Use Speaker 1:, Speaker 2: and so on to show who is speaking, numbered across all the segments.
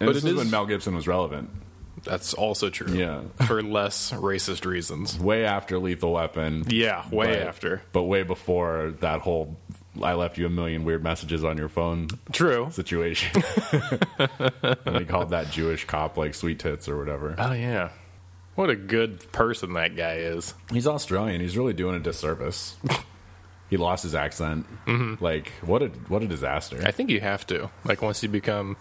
Speaker 1: And
Speaker 2: But
Speaker 1: this
Speaker 2: it
Speaker 1: is
Speaker 2: is-
Speaker 1: when Mel Gibson was relevant,
Speaker 2: That's also true.
Speaker 1: Yeah.
Speaker 2: For less racist reasons.
Speaker 1: way after Lethal Weapon.
Speaker 2: Yeah, way
Speaker 1: but-
Speaker 2: after.
Speaker 1: but way before that whole "I left you a million weird messages on your phone"
Speaker 2: True.
Speaker 1: situation. and they called that Jewish cop like sweet tits or whatever.
Speaker 2: Oh yeah. What a good person that guy is.
Speaker 1: He's Australian. He's really doing a disservice. he lost his accent. Like what a what a disaster.
Speaker 2: Mm-hmm. I think you have to. Like once you become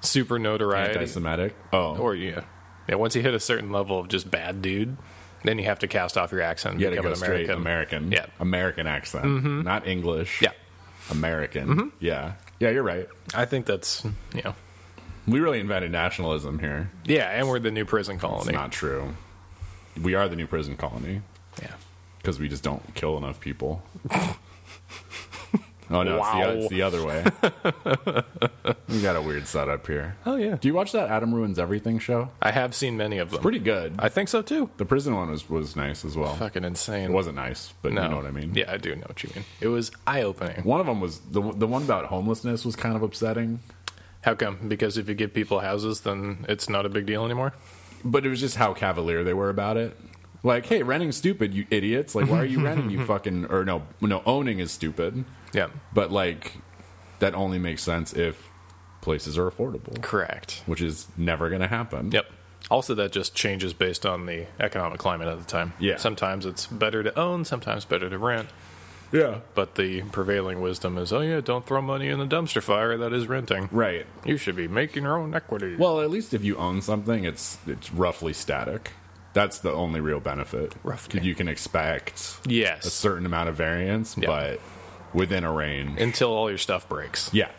Speaker 2: super notoriety
Speaker 1: Anti-Semitic. Oh,
Speaker 2: or yeah. Yeah, once you hit a certain level of just bad dude, then you have to cast off your accent and
Speaker 1: you had to
Speaker 2: become
Speaker 1: go
Speaker 2: an
Speaker 1: straight
Speaker 2: American.
Speaker 1: American.
Speaker 2: Yeah. Mm-hmm.
Speaker 1: American accent, not English.
Speaker 2: Yeah. Mm-hmm.
Speaker 1: American. Yeah, yeah. You're right.
Speaker 2: I think that's you know
Speaker 1: We really invented nationalism here.
Speaker 2: Yeah, and we're the new prison
Speaker 1: It's
Speaker 2: colony.
Speaker 1: not true. We are the new prison colony.
Speaker 2: Yeah.
Speaker 1: because we just don't kill enough people. oh no,
Speaker 2: Wow.
Speaker 1: it's, the, it's the other way. we got a weird setup here.
Speaker 2: Oh yeah.
Speaker 1: Do you watch that Adam Ruins Everything show?
Speaker 2: I have seen many of them.
Speaker 1: Pretty good.
Speaker 2: I think so too.
Speaker 1: the prison one was was nice as well.
Speaker 2: Fucking insane.
Speaker 1: It wasn't nice, but
Speaker 2: No.
Speaker 1: you know what I mean.
Speaker 2: Yeah, I do know what you mean. It was eye opening.
Speaker 1: One of them was the the one about homelessness was kind of upsetting,
Speaker 2: How come? Because if you give people houses, then it's not a big deal anymore.
Speaker 1: but it was just how cavalier they were about it. Like, hey, renting's stupid, you idiots! Like, why are you renting? You fucking or no, no, owning is stupid.
Speaker 2: Yeah,
Speaker 1: But like, that only makes sense if places are affordable.
Speaker 2: correct.
Speaker 1: which is never going to happen.
Speaker 2: Yep. Also, that just changes based on the economic climate at the time.
Speaker 1: Yeah.
Speaker 2: Sometimes it's better to own, sometimes better to rent.
Speaker 1: Yeah.
Speaker 2: But the prevailing wisdom is, oh yeah, don't throw money in the dumpster fire. That is renting.
Speaker 1: Right.
Speaker 2: You should be making your own equity.
Speaker 1: Well, at least if you own something, it's it's roughly static. That's the only real benefit.
Speaker 2: Roughly.
Speaker 1: You can expect a
Speaker 2: yes.
Speaker 1: certain amount of variance,
Speaker 2: Yeah.
Speaker 1: but within a range.
Speaker 2: Until all your stuff breaks.
Speaker 1: yeah.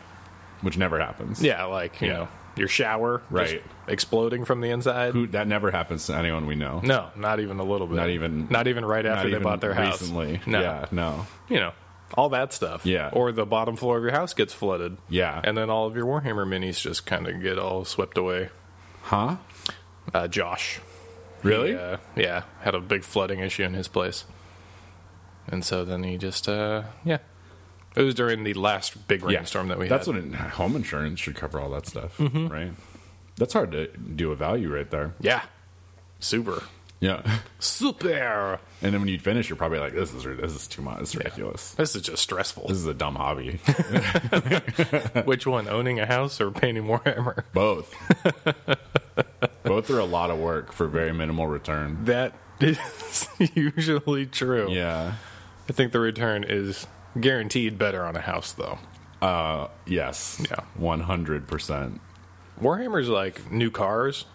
Speaker 1: Which never happens.
Speaker 2: Yeah, like you
Speaker 1: Yeah.
Speaker 2: know, your shower just
Speaker 1: Right.
Speaker 2: exploding from the inside.
Speaker 1: Who, that never happens to anyone we know.
Speaker 2: no, not even a little bit.
Speaker 1: Not even-
Speaker 2: Not even right after
Speaker 1: Not
Speaker 2: they
Speaker 1: even
Speaker 2: bought their house.
Speaker 1: recently.
Speaker 2: No.
Speaker 1: Yeah. No.
Speaker 2: You know, all that stuff.
Speaker 1: Yeah.
Speaker 2: Or the bottom floor of your house gets flooded.
Speaker 1: Yeah.
Speaker 2: And then all of your Warhammer minis just kind of get all swept away.
Speaker 1: Huh?
Speaker 2: Uh, Josh.
Speaker 1: Really?
Speaker 2: Yeah. Yeah. Had a big flooding issue in his place. And so then he just, uh, yeah. It was during the last big rainstorm that we
Speaker 1: That's
Speaker 2: had. Mm-hmm.
Speaker 1: what it, home insurance should cover all that stuff, right? That's hard to do a value right there.
Speaker 2: yeah. Super.
Speaker 1: Yeah.
Speaker 2: Super.
Speaker 1: And then when you finish, you're probably like, "This is this is too much. This is ridiculous.
Speaker 2: This is just stressful.
Speaker 1: This is a dumb hobby."
Speaker 2: Which one, owning a house or painting Warhammer?
Speaker 1: Both. Both are a lot of work for very minimal return.
Speaker 2: That is usually true.
Speaker 1: Yeah.
Speaker 2: I think the return is guaranteed better on a house, though.
Speaker 1: Uh, yes.
Speaker 2: Yeah.
Speaker 1: One hundred percent.
Speaker 2: Warhammer's like new cars.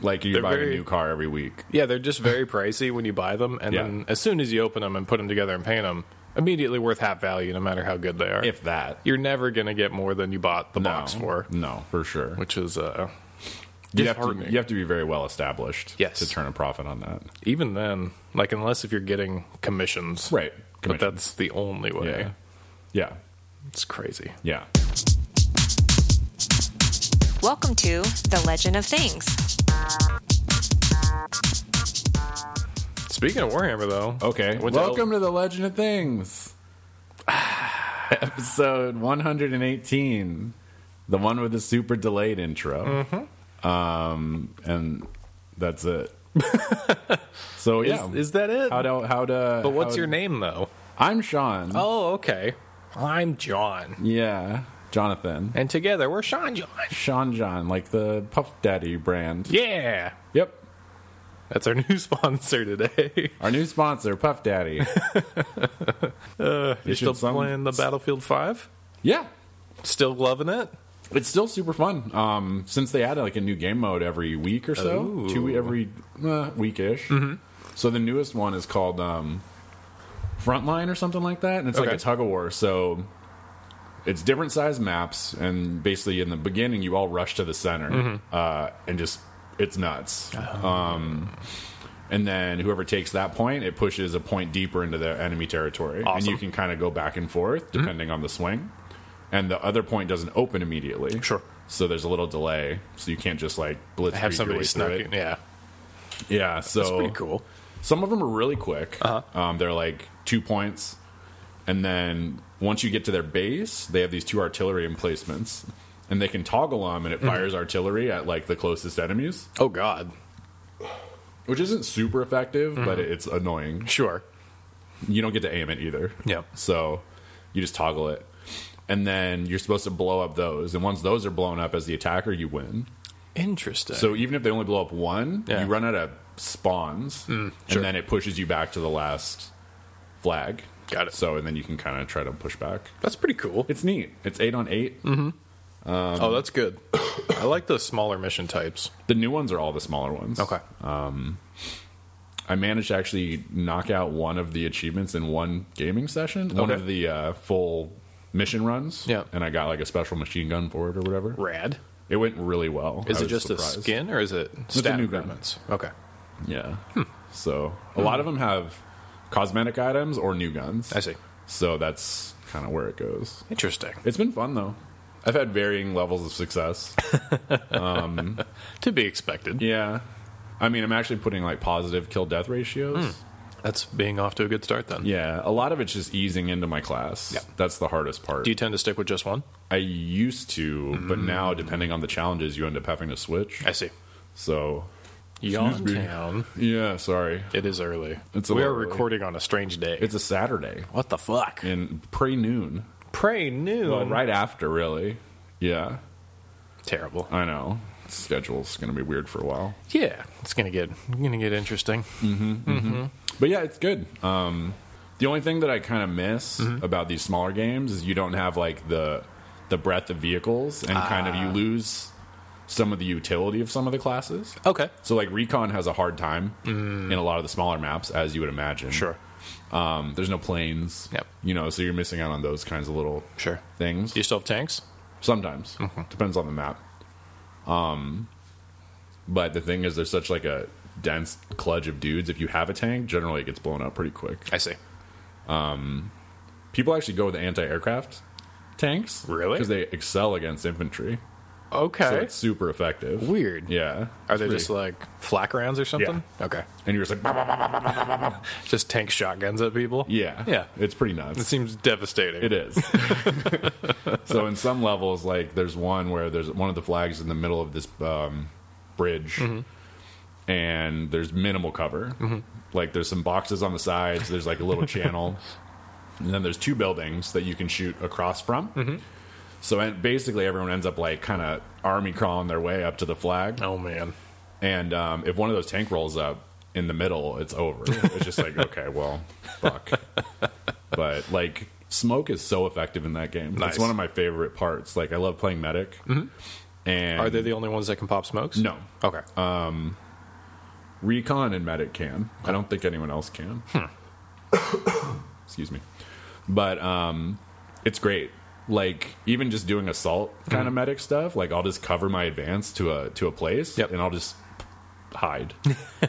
Speaker 1: Like you
Speaker 2: They're
Speaker 1: buy
Speaker 2: very-
Speaker 1: a new car every week.
Speaker 2: Yeah, they're just very pricey when you buy them, and
Speaker 1: Yeah.
Speaker 2: then as soon as you open them and put them together and paint them, immediately worth half value, no matter how good they are.
Speaker 1: If that.
Speaker 2: You're never gonna get more than you bought the
Speaker 1: No.
Speaker 2: box for,
Speaker 1: No, for sure.
Speaker 2: which is
Speaker 1: you
Speaker 2: uh,
Speaker 1: have to
Speaker 2: disheartening.
Speaker 1: you have to be very well established
Speaker 2: Yes.
Speaker 1: to turn a profit on that.
Speaker 2: even then, like unless if you're getting commissions,
Speaker 1: Right.
Speaker 2: But
Speaker 1: Commission.
Speaker 2: that's the only way.
Speaker 1: yeah. Yeah.
Speaker 2: It's crazy.
Speaker 1: Yeah.
Speaker 3: Welcome to The Legend of Things.
Speaker 2: Speaking of Warhammer, though,
Speaker 1: Okay.
Speaker 2: I went to
Speaker 1: Welcome to the Legend of Things. Episode 118. The one with the super delayed intro.
Speaker 2: Mm-hmm.
Speaker 1: Um and that's it. so
Speaker 2: Is,
Speaker 1: yeah.
Speaker 2: is that it?
Speaker 1: how to how to
Speaker 2: but what's
Speaker 1: how-
Speaker 2: your name though?
Speaker 1: I'm Sean.
Speaker 2: Oh, okay. I'm John,
Speaker 1: Yeah. Jonathan.
Speaker 2: and together we're Sean John.
Speaker 1: Sean John, like the Puff Daddy brand.
Speaker 2: Yeah,
Speaker 1: Yep.
Speaker 2: that's our new sponsor today.
Speaker 1: Our new sponsor, Puff Daddy.
Speaker 2: You Uh, still
Speaker 1: should some-
Speaker 2: playing the Battlefield Five?
Speaker 1: yeah.
Speaker 2: Still loving it?
Speaker 1: It's still super fun. Um, since they added like a new game mode every week or so,
Speaker 2: Ooh. Mm-hmm.
Speaker 1: two every uh, weekish. So the newest one is called um, Frontline or something like that, and it's
Speaker 2: Okay.
Speaker 1: like a tug of war. So it's different size maps, and basically in the beginning you all rush to the center,
Speaker 2: Mm-hmm.
Speaker 1: uh, and just it's nuts.
Speaker 2: Oh.
Speaker 1: Um, and then whoever takes that point, it pushes a point deeper into the enemy territory, and
Speaker 2: Awesome. Mm-hmm.
Speaker 1: you can kind of go back and forth depending on the swing and the other point doesn't open immediately.
Speaker 2: Sure.
Speaker 1: So there's a little delay, so you can't just like blitz.
Speaker 2: Have
Speaker 1: read your
Speaker 2: somebody
Speaker 1: way
Speaker 2: snuck
Speaker 1: through
Speaker 2: in? Yeah,
Speaker 1: Yeah. So
Speaker 2: that's pretty cool.
Speaker 1: Some of them are really quick. Uh-huh. Um, they're like two points, and then once you get to their base, they have these two artillery emplacements, and they can toggle them, and
Speaker 2: Mm-hmm.
Speaker 1: it fires artillery at like the closest enemies,
Speaker 2: Oh God.
Speaker 1: which isn't super effective, but
Speaker 2: Mm-hmm.
Speaker 1: it's annoying.
Speaker 2: Sure.
Speaker 1: You don't get to aim it either.
Speaker 2: Yep.
Speaker 1: So you just toggle it, and then you're supposed to blow up those. And once those are blown up, as the attacker, you win.
Speaker 2: Interesting.
Speaker 1: So even if they only blow up one,
Speaker 2: Yeah. Mm,
Speaker 1: you run out of spawns,
Speaker 2: sure.
Speaker 1: and then it pushes you back to the last flag.
Speaker 2: Got it.
Speaker 1: So and then you can kind of try to push back.
Speaker 2: that's pretty cool.
Speaker 1: It's neat. It's eight on 8
Speaker 2: Mm.
Speaker 1: Um,
Speaker 2: oh, that's good. I like the smaller mission types. Uh,
Speaker 1: The new ones are all the smaller ones. I managed to actually knock out one of the achievements in one gaming session, one
Speaker 2: Okay.
Speaker 1: of the uh, full mission runs.
Speaker 2: Yeah.
Speaker 1: And I got like a special machine gun for it or whatever.
Speaker 2: Rad.
Speaker 1: It went really well.
Speaker 2: Is
Speaker 1: I
Speaker 2: it
Speaker 1: was
Speaker 2: just a
Speaker 1: surprised.
Speaker 2: skin or is it stat
Speaker 1: new gun.
Speaker 2: improvements? Okay.
Speaker 1: Yeah.
Speaker 2: Hmm.
Speaker 1: So a lot of them have cosmetic items or new guns.
Speaker 2: I see.
Speaker 1: So that's kind of where it goes.
Speaker 2: Interesting.
Speaker 1: It's been fun though. I've had varying levels of success.
Speaker 2: To be expected.
Speaker 1: yeah. I mean, I'm actually putting like positive kill death ratios.
Speaker 2: Hmm. That's being off to a good start then.
Speaker 1: Yeah, a lot of it's just easing into my class.
Speaker 2: Yeah.
Speaker 1: That's the hardest part.
Speaker 2: Do you tend to stick with just one?
Speaker 1: I used to, but now depending on the challenges, you end up having to switch.
Speaker 2: Mm-hmm. I see.
Speaker 1: So, Excuse me.
Speaker 2: Yawntown.
Speaker 1: yeah, sorry.
Speaker 2: It is early.
Speaker 1: It's a
Speaker 2: we
Speaker 1: little
Speaker 2: are
Speaker 1: early.
Speaker 2: recording on a strange day.
Speaker 1: It's a Saturday
Speaker 2: what the fuck?
Speaker 1: in pre noon.
Speaker 2: Pray noon.
Speaker 1: Well, right after, really. Yeah,
Speaker 2: Terrible.
Speaker 1: I know. Schedule's going to be weird for a while.
Speaker 2: Yeah, it's gonna get gonna get interesting.
Speaker 1: But yeah, it's good. Um, the only thing that I kind of miss
Speaker 2: Mm-hmm.
Speaker 1: about these smaller games is you don't have like the the breadth of vehicles and kind of
Speaker 2: Ah.
Speaker 1: you lose some of the utility of some of the classes.
Speaker 2: Okay.
Speaker 1: So like recon has a hard time in a lot of the smaller maps, as you would imagine.
Speaker 2: Mm. Sure.
Speaker 1: Um, there's no planes.
Speaker 2: Yep.
Speaker 1: You know, so you're missing out on those kinds of little
Speaker 2: Sure.
Speaker 1: things.
Speaker 2: Do you still have tanks?
Speaker 1: Sometimes depends on the map. Um, but the thing is, there's such like a dense cludge of dudes. If you have a tank, generally it gets blown up pretty quick.
Speaker 2: I see.
Speaker 1: People actually go with anti-aircraft tanks,
Speaker 2: Really?
Speaker 1: because they excel against infantry.
Speaker 2: Okay.
Speaker 1: So it's super effective.
Speaker 2: Weird.
Speaker 1: Yeah.
Speaker 2: Are they
Speaker 1: It's
Speaker 2: just
Speaker 1: pretty-
Speaker 2: like flak rounds or something? Okay.
Speaker 1: and you're just like bah, bah, bah, bah, bah, bah, bah, bah, bah.
Speaker 2: Just tank shotguns at people?
Speaker 1: yeah
Speaker 2: Yeah.
Speaker 1: It's pretty nuts.
Speaker 2: It seems devastating.
Speaker 1: It is. so in some levels, like there's one where there's one of the flags in the middle of this um, bridge, Mm-hmm. and there's minimal cover. Like there's some boxes on the sides. There's like a little channel, and then there's two buildings that you can shoot across from. So and basically, everyone ends up like kind of army crawling their way up to the flag,
Speaker 2: Oh man.
Speaker 1: and um, if one of those tank rolls up in the middle, it's over. It's just like, okay, well, fuck. But like, smoke is so effective in that game.
Speaker 2: Nice. Mm-hmm.
Speaker 1: It's one of my favorite parts. Like, I love playing medic. And
Speaker 2: Are they the only ones that can pop smokes?
Speaker 1: no Uh,
Speaker 2: Okay.
Speaker 1: recon and medic can? I don't think anyone else can.
Speaker 2: Hmm.
Speaker 1: Excuse me, but um, it's great. Like even just doing assault kind
Speaker 2: Mm-hmm.
Speaker 1: of medic stuff. Like I'll just cover my advance to a to a place,
Speaker 2: Yep.
Speaker 1: and I'll just hide,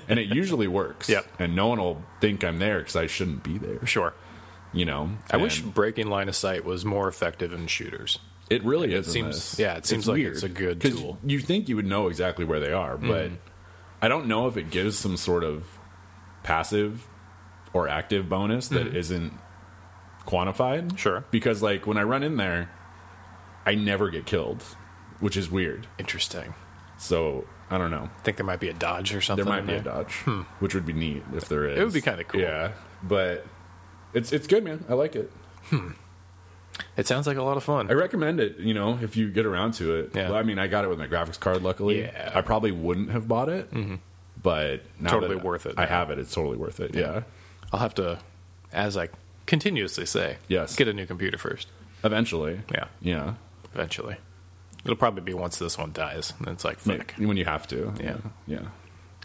Speaker 1: and it usually works.
Speaker 2: Yep.
Speaker 1: and no one will think I'm there because I shouldn't be there.
Speaker 2: sure.
Speaker 1: You know,
Speaker 2: I wish
Speaker 1: And
Speaker 2: breaking line of sight was more effective in shooters.
Speaker 1: it really is. in
Speaker 2: seems-
Speaker 1: this.
Speaker 2: yeah, it seems like it's a good
Speaker 1: 'Cause
Speaker 2: tool. Hmm.
Speaker 1: You think you would know exactly where they are, but I don't know if it gives some sort of passive or active bonus that not quantified.
Speaker 2: Hmm. Sure.
Speaker 1: because like when I run in there, I never get killed, which is weird.
Speaker 2: Interesting.
Speaker 1: So I don't know.
Speaker 2: I think there might be a dodge or something.
Speaker 1: There might
Speaker 2: in
Speaker 1: be a dodge, which would be neat if there is.
Speaker 2: Hmm. It would be kinda cool.
Speaker 1: Yeah, but it's it's good, man. I like it.
Speaker 2: It sounds like a lot of fun.
Speaker 1: I recommend it, you know, if you get around to it.
Speaker 2: Yeah.
Speaker 1: Well, I mean, I got it with my graphics card, luckily.
Speaker 2: Yeah. Mm-hmm.
Speaker 1: I probably wouldn't have bought it, but now
Speaker 2: Totally
Speaker 1: that
Speaker 2: worth it
Speaker 1: I
Speaker 2: now.
Speaker 1: have it. It's totally worth it. Yeah.
Speaker 2: I'll have to, as I continuously say,
Speaker 1: Yes.
Speaker 2: get a new computer first.
Speaker 1: Eventually.
Speaker 2: Yeah.
Speaker 1: Yeah.
Speaker 2: Eventually, it'll probably be once this one dies. And it's like, fuck.
Speaker 1: When you have to.
Speaker 2: Yeah.
Speaker 1: Yeah.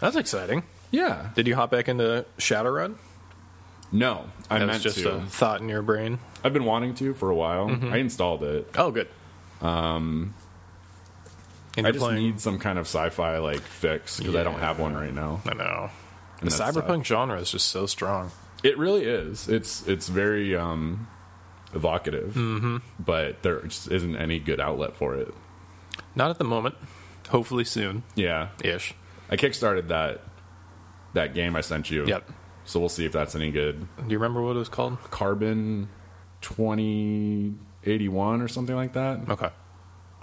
Speaker 2: That's exciting.
Speaker 1: Yeah.
Speaker 2: Did you hop back into Shadowrun?
Speaker 1: No, I
Speaker 2: That was
Speaker 1: meant
Speaker 2: just
Speaker 1: to.
Speaker 2: a Mm-hmm. thought in your brain.
Speaker 1: I've been wanting to for a while. I installed it.
Speaker 2: Oh, good. Um, and
Speaker 1: I Um,
Speaker 2: you're
Speaker 1: just
Speaker 2: playing.
Speaker 1: need some kind of sci-fi like fix because I don't have one right now.
Speaker 2: I know. The
Speaker 1: And that
Speaker 2: cyberpunk genre is just so strong.
Speaker 1: It really is. It's it's very um, evocative, mm-hmm. but there just isn't any good outlet for it.
Speaker 2: Not at the moment. Hopefully soon,
Speaker 1: Yeah,
Speaker 2: ish.
Speaker 1: I kickstarted that that game I sent you.
Speaker 2: Yep.
Speaker 1: So we'll see if that's any good.
Speaker 2: Do you remember what it was called?
Speaker 1: Carbon twenty eighty one or something like that.
Speaker 2: Okay.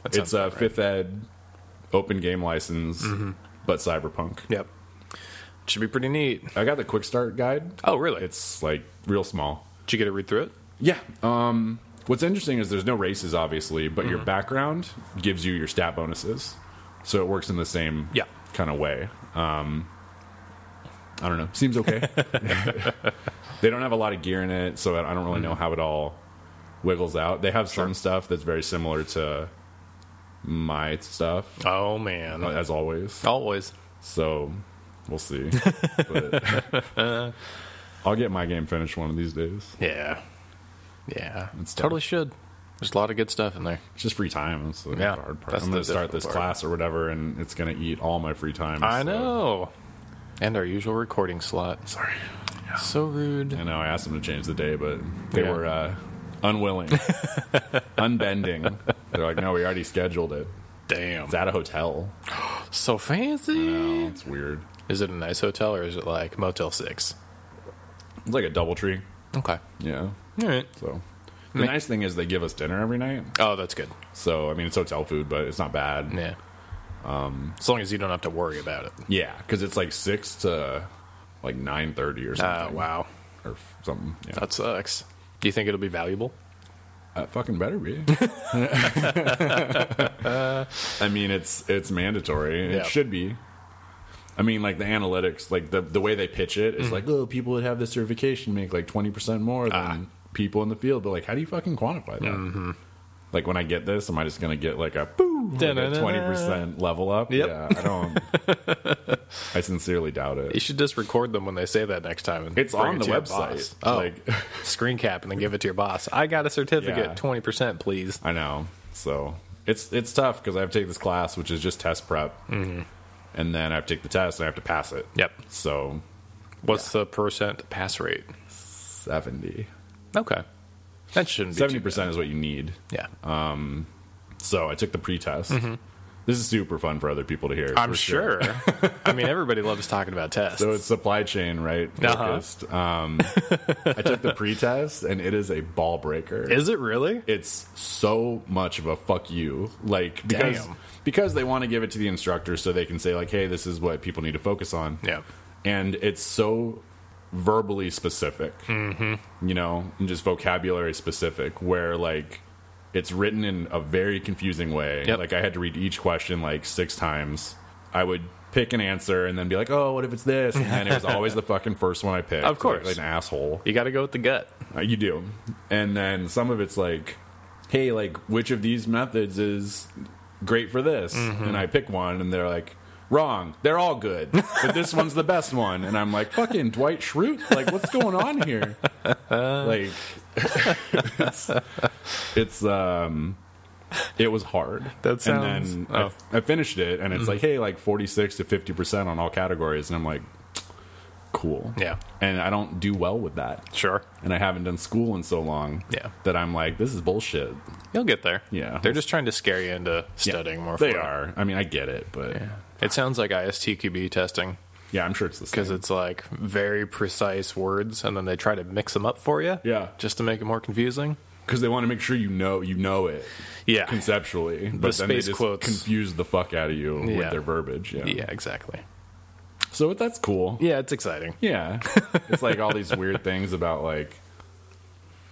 Speaker 2: That sounds
Speaker 1: It's a
Speaker 2: about right.
Speaker 1: fifth ed open game license, but cyberpunk.
Speaker 2: Yep. Should be pretty neat.
Speaker 1: I got the quick start guide.
Speaker 2: Oh, really?
Speaker 1: It's like real small.
Speaker 2: Did you get to read through it?
Speaker 1: Yeah. Um, what's interesting is there's no races, obviously, but your background gives you your stat bonuses, so it works in the same
Speaker 2: Yeah.
Speaker 1: kind of way. Um, I don't know. Seems okay. they don't have a lot of gear in it, so I I don't really know how it all wiggles out. They have some stuff that's very similar to my stuff,
Speaker 2: Oh man,
Speaker 1: as always.
Speaker 2: always.
Speaker 1: So we'll see. But I'll get my game finished one of these days.
Speaker 2: Yeah, yeah.
Speaker 1: It's
Speaker 2: totally should. There's a lot of good stuff in there.
Speaker 1: It's just free time. That's the
Speaker 2: Yeah,
Speaker 1: hard part.
Speaker 2: that's
Speaker 1: I'm going
Speaker 2: the
Speaker 1: to start this
Speaker 2: difficult part.
Speaker 1: class or whatever, and it's going to eat all my free time.
Speaker 2: I
Speaker 1: so-
Speaker 2: know. And our usual recording slot.
Speaker 1: Sorry.
Speaker 2: So rude.
Speaker 1: I know. I asked them to change the day, but they
Speaker 2: Yeah.
Speaker 1: were uh, unwilling, unbending. They're like, no, we already scheduled it.
Speaker 2: Damn.
Speaker 1: It's at a hotel.
Speaker 2: So
Speaker 1: No,
Speaker 2: fancy.
Speaker 1: it's weird.
Speaker 2: Is it a nice hotel or is it like Motel Six?
Speaker 1: It's like a double tree.
Speaker 2: Okay.
Speaker 1: Yeah.
Speaker 2: All right.
Speaker 1: So the nice thing is they give us dinner every night.
Speaker 2: Oh, that's good.
Speaker 1: So, I mean, it's hotel food, but it's not bad.
Speaker 2: Yeah. Um, as long as you don't have to worry about it.
Speaker 1: Yeah, because it's like six to like nine thirty or
Speaker 2: Ah,
Speaker 1: something.
Speaker 2: wow,
Speaker 1: or f- something. Yeah,
Speaker 2: that sucks. Do you think it'll be valuable?
Speaker 1: Uh, fucking better be. I mean, it's it's mandatory. and
Speaker 2: Yeah.
Speaker 1: It should be. I mean, like the analytics, like the the way they pitch it
Speaker 2: Mm-hmm.
Speaker 1: is like, oh, people that have this certification make like twenty percent more than
Speaker 2: Ah.
Speaker 1: people in the field. But like, how do you fucking quantify that?
Speaker 2: Mm-hmm.
Speaker 1: Like when I get this, am I just gonna get like a boom
Speaker 2: Da-na-na-na.
Speaker 1: twenty percent level up?
Speaker 2: Yep.
Speaker 1: Yeah, I don't. I sincerely doubt
Speaker 2: You
Speaker 1: it.
Speaker 2: should just record them when they say that next time. And
Speaker 1: It's
Speaker 2: bring
Speaker 1: on
Speaker 2: it
Speaker 1: the
Speaker 2: to your
Speaker 1: website.
Speaker 2: boss. Oh,
Speaker 1: Like,
Speaker 2: screen cap and then give it to your boss. I got a
Speaker 1: Yeah.
Speaker 2: certificate, twenty percent, please.
Speaker 1: I know. So it's it's tough because I have to take this class, which is just test prep,
Speaker 2: Mm-hmm.
Speaker 1: and then I have to take the test and I have to pass it.
Speaker 2: Yep.
Speaker 1: So
Speaker 2: What's the percent pass rate?
Speaker 1: seventy.
Speaker 2: Okay, that shouldn't be
Speaker 1: Seventy
Speaker 2: too
Speaker 1: percent is what you need.
Speaker 2: bad. Yeah,
Speaker 1: So I took the pre-test. This is super fun for other people to hear.
Speaker 2: Mm-hmm. I'm
Speaker 1: for
Speaker 2: sure. I mean, everybody loves talking about tests.
Speaker 1: So it's supply chain, right?
Speaker 2: Uh-huh.
Speaker 1: Focused. Um, I took the pre-test, and it is a ball breaker.
Speaker 2: Is it really?
Speaker 1: it's so much of a fuck you like because
Speaker 2: Damn.
Speaker 1: because they want to give it to the instructor so they can say like hey this is what people need to focus on
Speaker 2: Yeah.
Speaker 1: and it's so verbally specific
Speaker 2: Mm-hmm.
Speaker 1: you know and just vocabulary specific where like it's written in a very confusing way
Speaker 2: Yep.
Speaker 1: like i had to read each question like six times i would pick an answer and then be like oh what if it's this and then it was always the fucking first one i picked
Speaker 2: Of course.
Speaker 1: like an asshole
Speaker 2: You got to go with the gut.
Speaker 1: uh, you do. And then some of it's like, hey, like, which of these methods is great for this?
Speaker 2: Mm-hmm.
Speaker 1: And I pick one, and they're like, wrong. They're all good. But this one's the best one. And I'm like, fucking Dwight Schrute. Like, what's going on here? Like, it's, it's, um, it was hard.
Speaker 2: That sounds- Mm-hmm.
Speaker 1: And then
Speaker 2: oh.
Speaker 1: I, I finished it, and it's like, hey, like 46 to 50% on all categories. And I'm like, cool.
Speaker 2: Yeah.
Speaker 1: And I don't do well with that
Speaker 2: Sure,
Speaker 1: and I haven't done school in so long
Speaker 2: Yeah.
Speaker 1: that I'm like, this is bullshit.
Speaker 2: you'll get there.
Speaker 1: Yeah.
Speaker 2: they're just trying to scare you into studying more.
Speaker 1: They
Speaker 2: for it.
Speaker 1: are. I mean, I get it, but yeah,
Speaker 2: It sounds like ISTQB testing.
Speaker 1: I'm sure it's the
Speaker 2: because
Speaker 1: same.
Speaker 2: it's like very precise words, and then they try to mix them up for you.
Speaker 1: Yeah.
Speaker 2: just to make it more confusing.
Speaker 1: Because they want to make sure you know you know it
Speaker 2: Yeah,
Speaker 1: conceptually, but then
Speaker 2: space
Speaker 1: they just
Speaker 2: quotes.
Speaker 1: confuse the fuck out of you
Speaker 2: Yeah.
Speaker 1: with their verbiage. Yeah.
Speaker 2: yeah, exactly.
Speaker 1: So that's cool.
Speaker 2: Yeah, it's exciting.
Speaker 1: Yeah. it's like all these weird things about like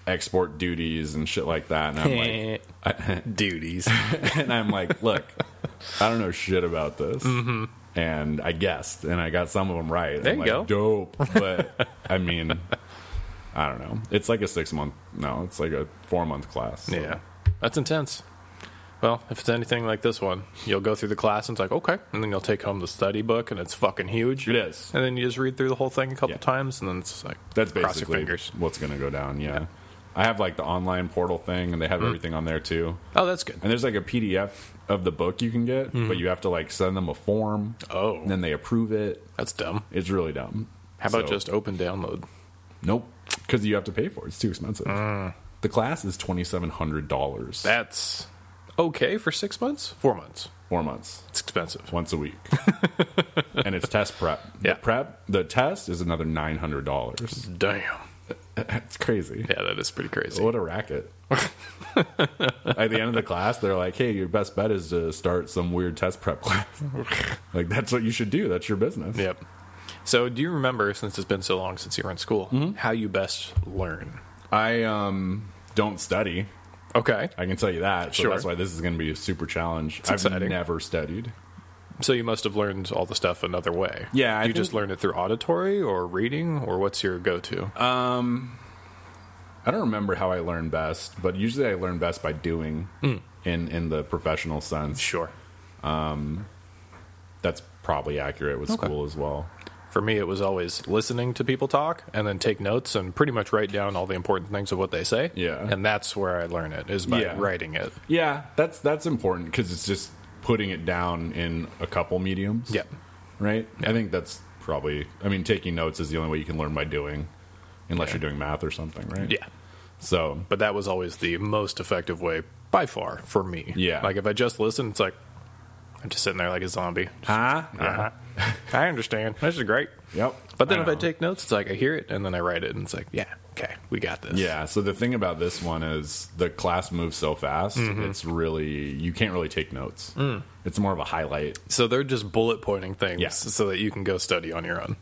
Speaker 1: export duties and shit like that, and I'm like,
Speaker 2: "Uh, Duties.
Speaker 1: and I'm like, look, I don't know shit about this. And I guessed, and I got some of them right.
Speaker 2: Mm-hmm. There
Speaker 1: I'm
Speaker 2: you
Speaker 1: like, Dope, but I mean, I don't know. It's like a six month. No, it's like a four month class. so.
Speaker 2: yeah, that's intense. Well, if it's anything like this one, you'll go through the class and it's like, okay. And then you'll take home the study book and it's fucking huge.
Speaker 1: It is.
Speaker 2: And then you just read through the whole thing a couple
Speaker 1: Yeah.
Speaker 2: times and then it's like,
Speaker 1: That's
Speaker 2: cross your
Speaker 1: basically
Speaker 2: fingers.
Speaker 1: what's going to go down. Yeah. I have like the online portal thing, and they
Speaker 2: Mm-hmm.
Speaker 1: have everything on there too.
Speaker 2: Oh, that's good.
Speaker 1: And there's like a PDF of the book you can get, but you have to like send them a form.
Speaker 2: Mm-hmm. Oh.
Speaker 1: and then they approve it.
Speaker 2: That's dumb.
Speaker 1: It's really dumb.
Speaker 2: How about
Speaker 1: So-
Speaker 2: just open download?
Speaker 1: Nope, because you have to pay for it. It's too expensive.
Speaker 2: Ah.
Speaker 1: The class is twenty seven hundred dollars.
Speaker 2: That's okay for six months? Four months.
Speaker 1: Four months,
Speaker 2: It's expensive.
Speaker 1: once a week, and it's test prep.
Speaker 2: Yeah.
Speaker 1: the prep. The test is another nine hundred dollars,
Speaker 2: Damn.
Speaker 1: It's crazy.
Speaker 2: Yeah, that is pretty crazy.
Speaker 1: What a racket. At the end of the class, they're like, hey, your best bet is to start some weird test prep class. like, that's what you should do. That's your business.
Speaker 2: Yep. So, do you remember, since it's been so long since you were in school,
Speaker 1: Mm-hmm.
Speaker 2: how you best learn?
Speaker 1: I um, don't study.
Speaker 2: Okay.
Speaker 1: I can tell you that. So
Speaker 2: Sure.
Speaker 1: That's why this is going to be a super challenge. I've
Speaker 2: exciting.
Speaker 1: never studied.
Speaker 2: So, you must have learned all the stuff another way.
Speaker 1: Yeah, I
Speaker 2: you
Speaker 1: think-
Speaker 2: just learned it through auditory or reading, or what's your go to?
Speaker 1: Uh, I don't remember how I learn best, but usually I learn best by doing
Speaker 2: Hmm.
Speaker 1: in in the professional sense.
Speaker 2: sure.
Speaker 1: That's probably accurate with
Speaker 2: Okay.
Speaker 1: school as well.
Speaker 2: For me, it was always listening to people talk and then take notes and pretty much write down all the important things of what they say.
Speaker 1: Yeah.
Speaker 2: And that's where I learn it, is by
Speaker 1: Yeah.
Speaker 2: writing it.
Speaker 1: Yeah, that's that's important because it's just putting it down in a couple mediums.
Speaker 2: Yep.
Speaker 1: Right. I think that's probably. I mean, taking notes is the only way you can learn by doing, unless you're doing math or something, right?
Speaker 2: Yeah.
Speaker 1: So
Speaker 2: but that was always the most effective way by far for me.
Speaker 1: Yeah.
Speaker 2: Like if I just listen, it's like I'm just sitting there like a zombie.
Speaker 1: huh?
Speaker 2: Uh-huh. I understand. This is great.
Speaker 1: Yep.
Speaker 2: But then if I
Speaker 1: know.
Speaker 2: take notes, it's like I hear it and then I write it, and it's like, yeah, okay, we got this.
Speaker 1: Yeah. So the thing about this one is the class moves so fast.
Speaker 2: Mm-hmm.
Speaker 1: It's really you can't really take notes.
Speaker 2: Mm.
Speaker 1: It's more of a highlight.
Speaker 2: So they're just bullet pointing things
Speaker 1: Yeah.
Speaker 2: so that you can go study on your own.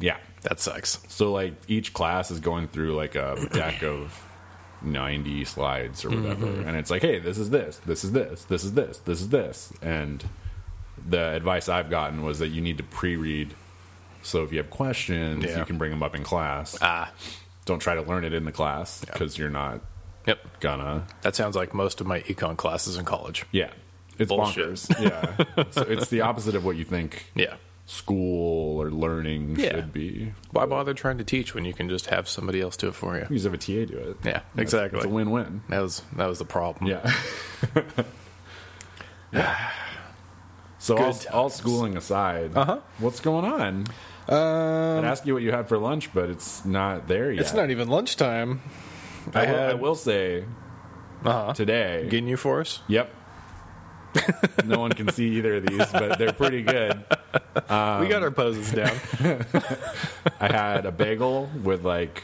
Speaker 1: Yeah.
Speaker 2: That sucks.
Speaker 1: So like each class is going through like a deck of ninety slides or whatever,
Speaker 2: Mm-hmm.
Speaker 1: and it's like, hey, this is this, this is this, this is this, this is this, and the advice I've gotten was that you need to pre-read. So if you have questions,
Speaker 2: Yeah.
Speaker 1: you can bring them up in class.
Speaker 2: Ah,
Speaker 1: Don't try to learn it in the class because you're not
Speaker 2: yep.
Speaker 1: gonna.
Speaker 2: That sounds like most of my econ classes in college.
Speaker 1: Yeah, it's
Speaker 2: Bullshit.
Speaker 1: bonkers. Yeah, so it's the opposite of what you think
Speaker 2: Yeah.
Speaker 1: school or learning
Speaker 2: Yeah.
Speaker 1: should be.
Speaker 2: Why bother trying to teach when you can just have somebody else do it for you?
Speaker 1: You just have a TA do it.
Speaker 2: Yeah,
Speaker 1: It's-
Speaker 2: exactly.
Speaker 1: It's a win-win.
Speaker 2: That was that was the problem.
Speaker 1: Yeah. Yeah. So all,
Speaker 2: Good
Speaker 1: all
Speaker 2: times.
Speaker 1: schooling aside,
Speaker 2: Uh-huh. Um,
Speaker 1: what's going on? I'd ask you what you had for lunch, but it's not there yet.
Speaker 2: Uh, It's not even lunchtime.
Speaker 1: I,
Speaker 2: I
Speaker 1: will, I
Speaker 2: had-
Speaker 1: will say
Speaker 2: Uh-huh.
Speaker 1: today.
Speaker 2: Getting you for us?
Speaker 1: Yep. no one can see either of these, but they're pretty good. Um,
Speaker 2: we got our poses down.
Speaker 1: I had a bagel with like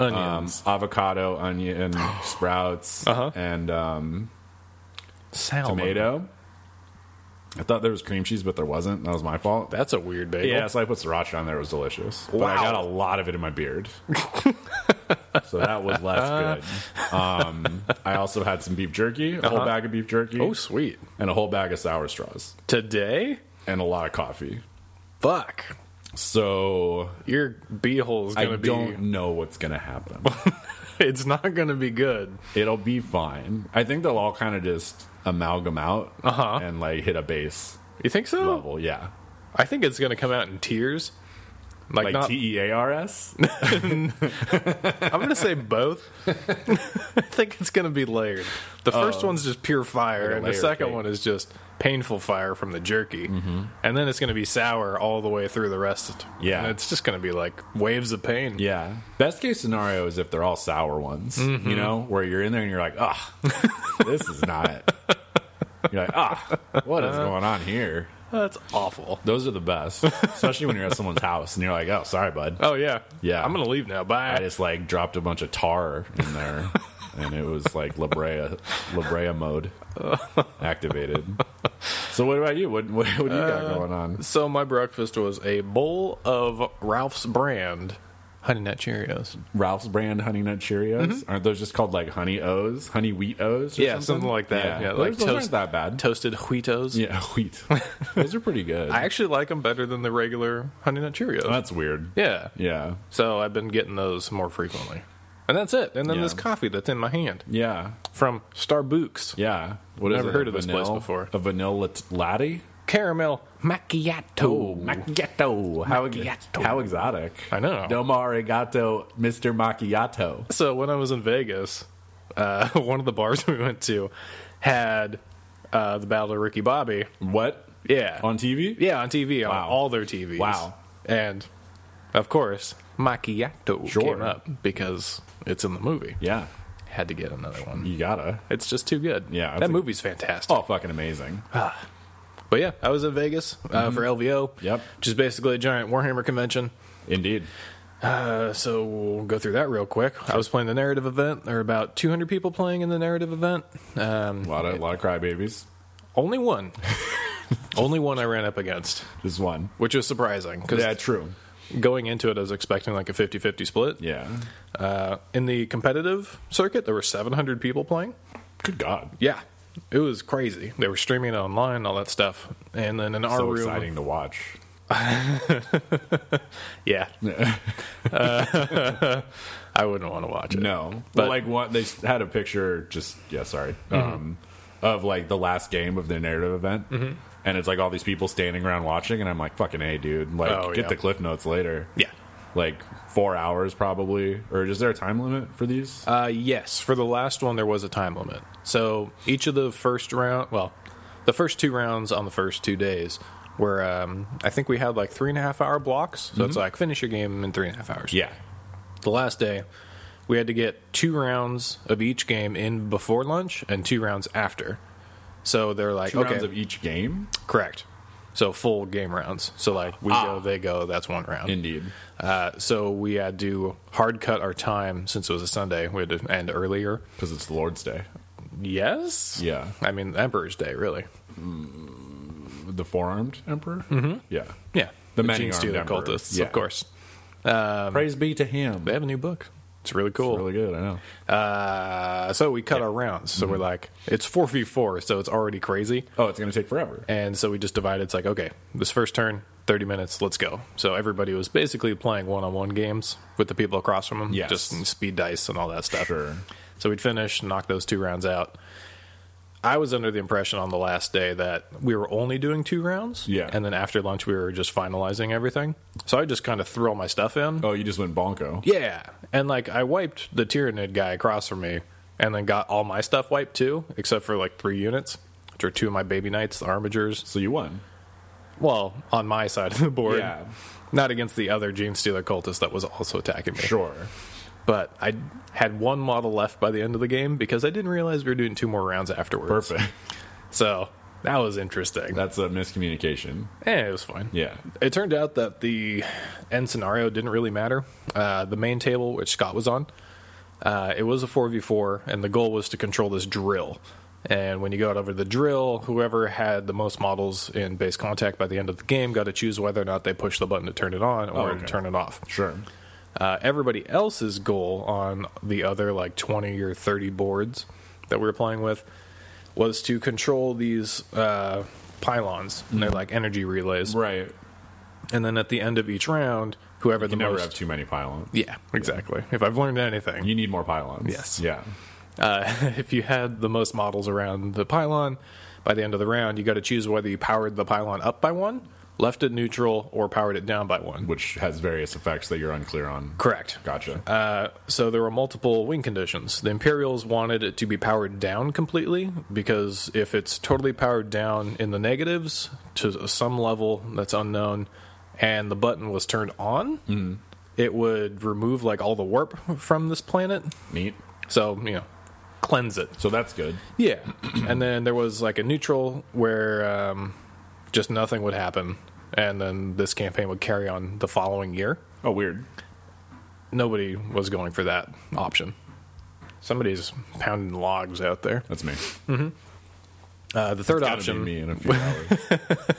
Speaker 1: um, avocado, onion, sprouts,
Speaker 2: Uh-huh.
Speaker 1: and um,
Speaker 2: Salmon.
Speaker 1: tomato. I thought there was cream cheese, but there wasn't. That was my fault.
Speaker 2: That's a weird bagel.
Speaker 1: Yeah, so I put sriracha on there. It was delicious. But I
Speaker 2: Wow.
Speaker 1: got a lot of it in my beard. so that was
Speaker 2: Uh.
Speaker 1: less good. Um, I also had some beef jerky, a whole bag of beef jerky,
Speaker 2: Uh-huh. Oh, sweet.
Speaker 1: and a whole bag of sour straws,
Speaker 2: Today?
Speaker 1: and a lot of coffee.
Speaker 2: Fuck.
Speaker 1: So
Speaker 2: Your beehole is
Speaker 1: I
Speaker 2: going to be.
Speaker 1: don't know what's going to happen.
Speaker 2: It's not going to be good.
Speaker 1: It'll be fine. I think they'll all kind of just amalgam out
Speaker 2: Uh-huh.
Speaker 1: and like hit a base
Speaker 2: You think so?
Speaker 1: level. Yeah.
Speaker 2: I think it's going to come out in tears. Like,
Speaker 1: Like
Speaker 2: not.
Speaker 1: T E A R S?
Speaker 2: I'm going to say both. I think it's going to be layered. The first one's just pure
Speaker 1: Oh.
Speaker 2: fire,
Speaker 1: Like a
Speaker 2: and the
Speaker 1: layer
Speaker 2: second
Speaker 1: cake. Mm-hmm.
Speaker 2: one is just painful fire from the jerky. And then it's going to be sour all the way through the rest.
Speaker 1: Yeah.
Speaker 2: And it's just going to be like waves of pain.
Speaker 1: Yeah. Best case scenario is if they're all sour ones, you know, where you're in there and you're like, ah, this is not. You're like, ah, what is going on here?
Speaker 2: That's awful.
Speaker 1: Those are the best, especially when you're at someone's house and you're like, oh, sorry, bud.
Speaker 2: Oh yeah,
Speaker 1: Yeah.
Speaker 2: I'm gonna leave now. Bye.
Speaker 1: I just like dropped a bunch of tar in there and it was like La Brea, La Brea mode activated. So, what about you? What, what, what do you got going on?
Speaker 2: so my breakfast was a bowl of Ralph's brand honey nut Cheerios.
Speaker 1: Ralph's brand Honey Nut Cheerios? Aren't those just called like Honey O's? Honey Wheat O's? or
Speaker 2: Mm-hmm. Yeah, something like that. Yeah,
Speaker 1: those,
Speaker 2: like
Speaker 1: those
Speaker 2: toast-
Speaker 1: aren't that bad.
Speaker 2: Toasted Huitos.
Speaker 1: Yeah, wheat. Those are pretty good.
Speaker 2: I actually like them better than the regular honey nut Cheerios.
Speaker 1: That's weird.
Speaker 2: yeah.
Speaker 1: Yeah.
Speaker 2: So I've been getting those more frequently. And that's it. And then
Speaker 1: Yeah.
Speaker 2: this coffee that's in my hand
Speaker 1: Yeah.
Speaker 2: from Starbucks.
Speaker 1: Yeah. What
Speaker 2: Never heard of this place before.
Speaker 1: A vanilla t- latte?
Speaker 2: Caramel macchiato.
Speaker 1: Oh. macchiato. How,
Speaker 2: Macchiato.
Speaker 1: how exotic.
Speaker 2: I know.
Speaker 1: Domo arigato, Mr. Macchiato.
Speaker 2: So when I was in Vegas, uh, one of the bars we went to had uh, the Battle of Ricky Bobby.
Speaker 1: What?
Speaker 2: Yeah.
Speaker 1: On TV?
Speaker 2: Yeah, on TV,
Speaker 1: Wow.
Speaker 2: on all their TVs.
Speaker 1: Wow.
Speaker 2: And of course, macchiato
Speaker 1: Sure.
Speaker 2: came up because it's in the movie.
Speaker 1: Yeah.
Speaker 2: Had to get another one.
Speaker 1: You gotta.
Speaker 2: It's just too good.
Speaker 1: Yeah, it's
Speaker 2: that
Speaker 1: a-
Speaker 2: movie's fantastic.
Speaker 1: Oh, fucking amazing.
Speaker 2: But yeah, I was in Vegas uh, for LVO.
Speaker 1: Mm-hmm. Yep.
Speaker 2: which is basically a giant Warhammer convention.
Speaker 1: Indeed.
Speaker 2: Uh, so we'll go through that real quick. I was playing the narrative event. There are about 200 people playing in the narrative event. Um,
Speaker 1: A lot of, a lot of crybabies.
Speaker 2: Only one. Only one I ran up against,
Speaker 1: Just one.
Speaker 2: which was surprising because
Speaker 1: Yeah, true.
Speaker 2: going into it, I was expecting like a 50 50 split.
Speaker 1: Yeah.
Speaker 2: Uh, in the competitive circuit, there were 700 people playing.
Speaker 1: Good God.
Speaker 2: Yeah, it was crazy. They were streaming it online, all that stuff. And then in our
Speaker 1: so
Speaker 2: room,
Speaker 1: exciting to watch.
Speaker 2: yeah, Uh, I wouldn't want to watch it.
Speaker 1: No,
Speaker 2: But-
Speaker 1: but like what they had a picture. Just yeah, sorry. Um, of like the last game of the narrative event, and it's like all these people standing around watching, and I'm like, fucking a, dude. Like,
Speaker 2: Oh,
Speaker 1: get
Speaker 2: yeah.
Speaker 1: the cliff notes later.
Speaker 2: Yeah.
Speaker 1: like four hours probably, or is there a time limit for these?
Speaker 2: Uh, yes, for the last one, there was a time limit. So each of the first round, well, the first two rounds on the first two days were, um, I think we had like three and a half hour blocks. So it's like finish your game in three and a half hours.
Speaker 1: Mm-hmm. yeah,
Speaker 2: The last day, we had to get two rounds of each game in before lunch and two rounds after. So they're like,
Speaker 1: two
Speaker 2: okay,
Speaker 1: rounds of each game.
Speaker 2: correct. So full game rounds. So like we
Speaker 1: Ah.
Speaker 2: go, they go. That's one round.
Speaker 1: Indeed.
Speaker 2: Uh, so we had to hard cut our time since it was a Sunday. We had to end earlier.
Speaker 1: Because it's the Lord's Day,
Speaker 2: Yes.
Speaker 1: Yeah.
Speaker 2: I mean, Emperor's Day, really.
Speaker 1: the four-armed emperor. Mm-hmm. Yeah,
Speaker 2: Yeah.
Speaker 1: The many
Speaker 2: Gene
Speaker 1: armed
Speaker 2: Stealer
Speaker 1: emperor.
Speaker 2: cultists,
Speaker 1: Yeah.
Speaker 2: of course.
Speaker 1: praise be to him.
Speaker 2: They have a new book. It's really cool.
Speaker 1: Really good. I know.
Speaker 2: uh, so we cut our rounds. So
Speaker 1: Mm-hmm.
Speaker 2: we're like, it's four v four, so it's already crazy.
Speaker 1: Oh, it's gonna take forever.
Speaker 2: And so we just divided. It's like, okay, this first turn, thirty minutes, let's go. So everybody was basically playing one on one games with the people across from them,
Speaker 1: Yes.
Speaker 2: just in speed dice and all that stuff.
Speaker 1: Sure.
Speaker 2: So we'd finish, knock those two rounds out. I was under the impression on the last day that we were only doing two rounds.
Speaker 1: Yeah.
Speaker 2: And then after lunch, we were just finalizing everything. So I just kind of threw all my stuff in.
Speaker 1: Oh, you just went bonko.
Speaker 2: Yeah. And like I wiped the Tyranid guy across from me and then got all my stuff wiped too, except for like three units, which are two of my baby knights, the armigers.
Speaker 1: So you won.
Speaker 2: Well, on my side of the board.
Speaker 1: Yeah.
Speaker 2: Not against the other Gene Stealer cultist that was also attacking me
Speaker 1: Sure.
Speaker 2: but I had one model left by the end of the game because I didn't realize we were doing two more rounds afterwards.
Speaker 1: Perfect.
Speaker 2: So that was interesting.
Speaker 1: That's a miscommunication.
Speaker 2: Eh, it was fine.
Speaker 1: Yeah.
Speaker 2: It turned out that the end scenario didn't really matter. Uh, the main table, which Scott was on, uh, it was a 4v4, and the goal was to control this drill. And when you got over the drill, whoever had the most models in base contact by the end of the game got to choose whether or not they push the button to turn it on or
Speaker 1: Oh, okay.
Speaker 2: to turn it off.
Speaker 1: Sure.
Speaker 2: Uh, everybody else's goal on the other like 20 or 30 boards that we were playing with was to control these uh, pylons. And
Speaker 1: Mm-hmm.
Speaker 2: they're like energy relays.
Speaker 1: Right.
Speaker 2: And then at the end of each round, whoever the
Speaker 1: You never
Speaker 2: most.
Speaker 1: have too many pylons.
Speaker 2: yeah, exactly. If I've learned anything,
Speaker 1: You need more pylons.
Speaker 2: Yes.
Speaker 1: Yeah.
Speaker 2: uh, if you had the most models around the pylon, by the end of the round, you got to choose whether you powered the pylon up by one, left it neutral, or powered it down by one.
Speaker 1: Which has various effects that you're unclear on.
Speaker 2: Correct.
Speaker 1: Gotcha.
Speaker 2: Uh, so there were multiple wing conditions. The Imperials wanted it to be powered down completely because if it's totally powered down in the negatives to some level that's unknown, and the button was turned on, it would remove like all the warp from this planet.
Speaker 1: Neat.
Speaker 2: So you know, cleanse it.
Speaker 1: So that's good.
Speaker 2: Yeah, and then there was like a neutral where um, just nothing would happen, and then this campaign would carry on the following year
Speaker 1: Oh, weird.
Speaker 2: nobody was going for that option. Somebody's pounding logs out there.
Speaker 1: That's me.
Speaker 2: Uh, the third
Speaker 1: Gotta be
Speaker 2: option,
Speaker 1: me in a few hours.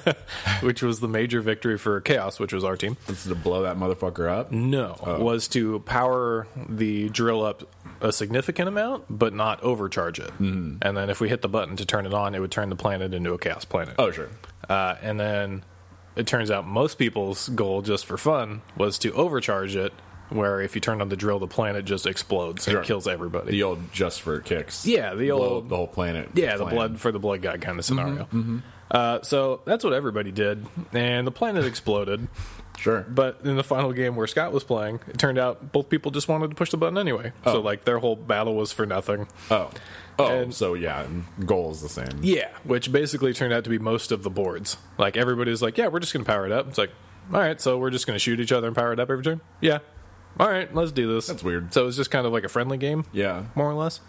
Speaker 2: which was the major victory for Chaos, which was our team,
Speaker 1: Just to blow that motherfucker up.
Speaker 2: no,
Speaker 1: Oh.
Speaker 2: was to power the drill up a significant amount, but not overcharge it.
Speaker 1: Mm-hmm.
Speaker 2: Mm. And then if we hit the button to turn it on, it would turn the planet into a Chaos planet.
Speaker 1: Oh, sure.
Speaker 2: Uh, and then it turns out most people's goal, just for fun, was to overcharge it, where if you turn on the drill, the planet just explodes
Speaker 1: Sure.
Speaker 2: and kills everybody.
Speaker 1: The old just for kicks.
Speaker 2: Yeah, the
Speaker 1: Blow
Speaker 2: old-
Speaker 1: up the whole planet.
Speaker 2: Yeah, the
Speaker 1: plan. Mm-hmm,
Speaker 2: blood for the blood god kind of scenario. Uh, so that's what everybody did, and the planet exploded.
Speaker 1: Sure.
Speaker 2: But in the final game where Scott was playing, it turned out both people just wanted to push the button anyway. So like their whole battle was for nothing.
Speaker 1: Oh. Oh,
Speaker 2: And-
Speaker 1: so yeah, goal is the same.
Speaker 2: Yeah, which basically turned out to be most of the boards. Like everybody's like, yeah, we're just gonna power it up. It's like, all right, so we're just gonna shoot each other and power it up every turn. Yeah, all right, let's do this.
Speaker 1: That's weird.
Speaker 2: So it was just kind of like a friendly game.
Speaker 1: Yeah.
Speaker 2: more or less.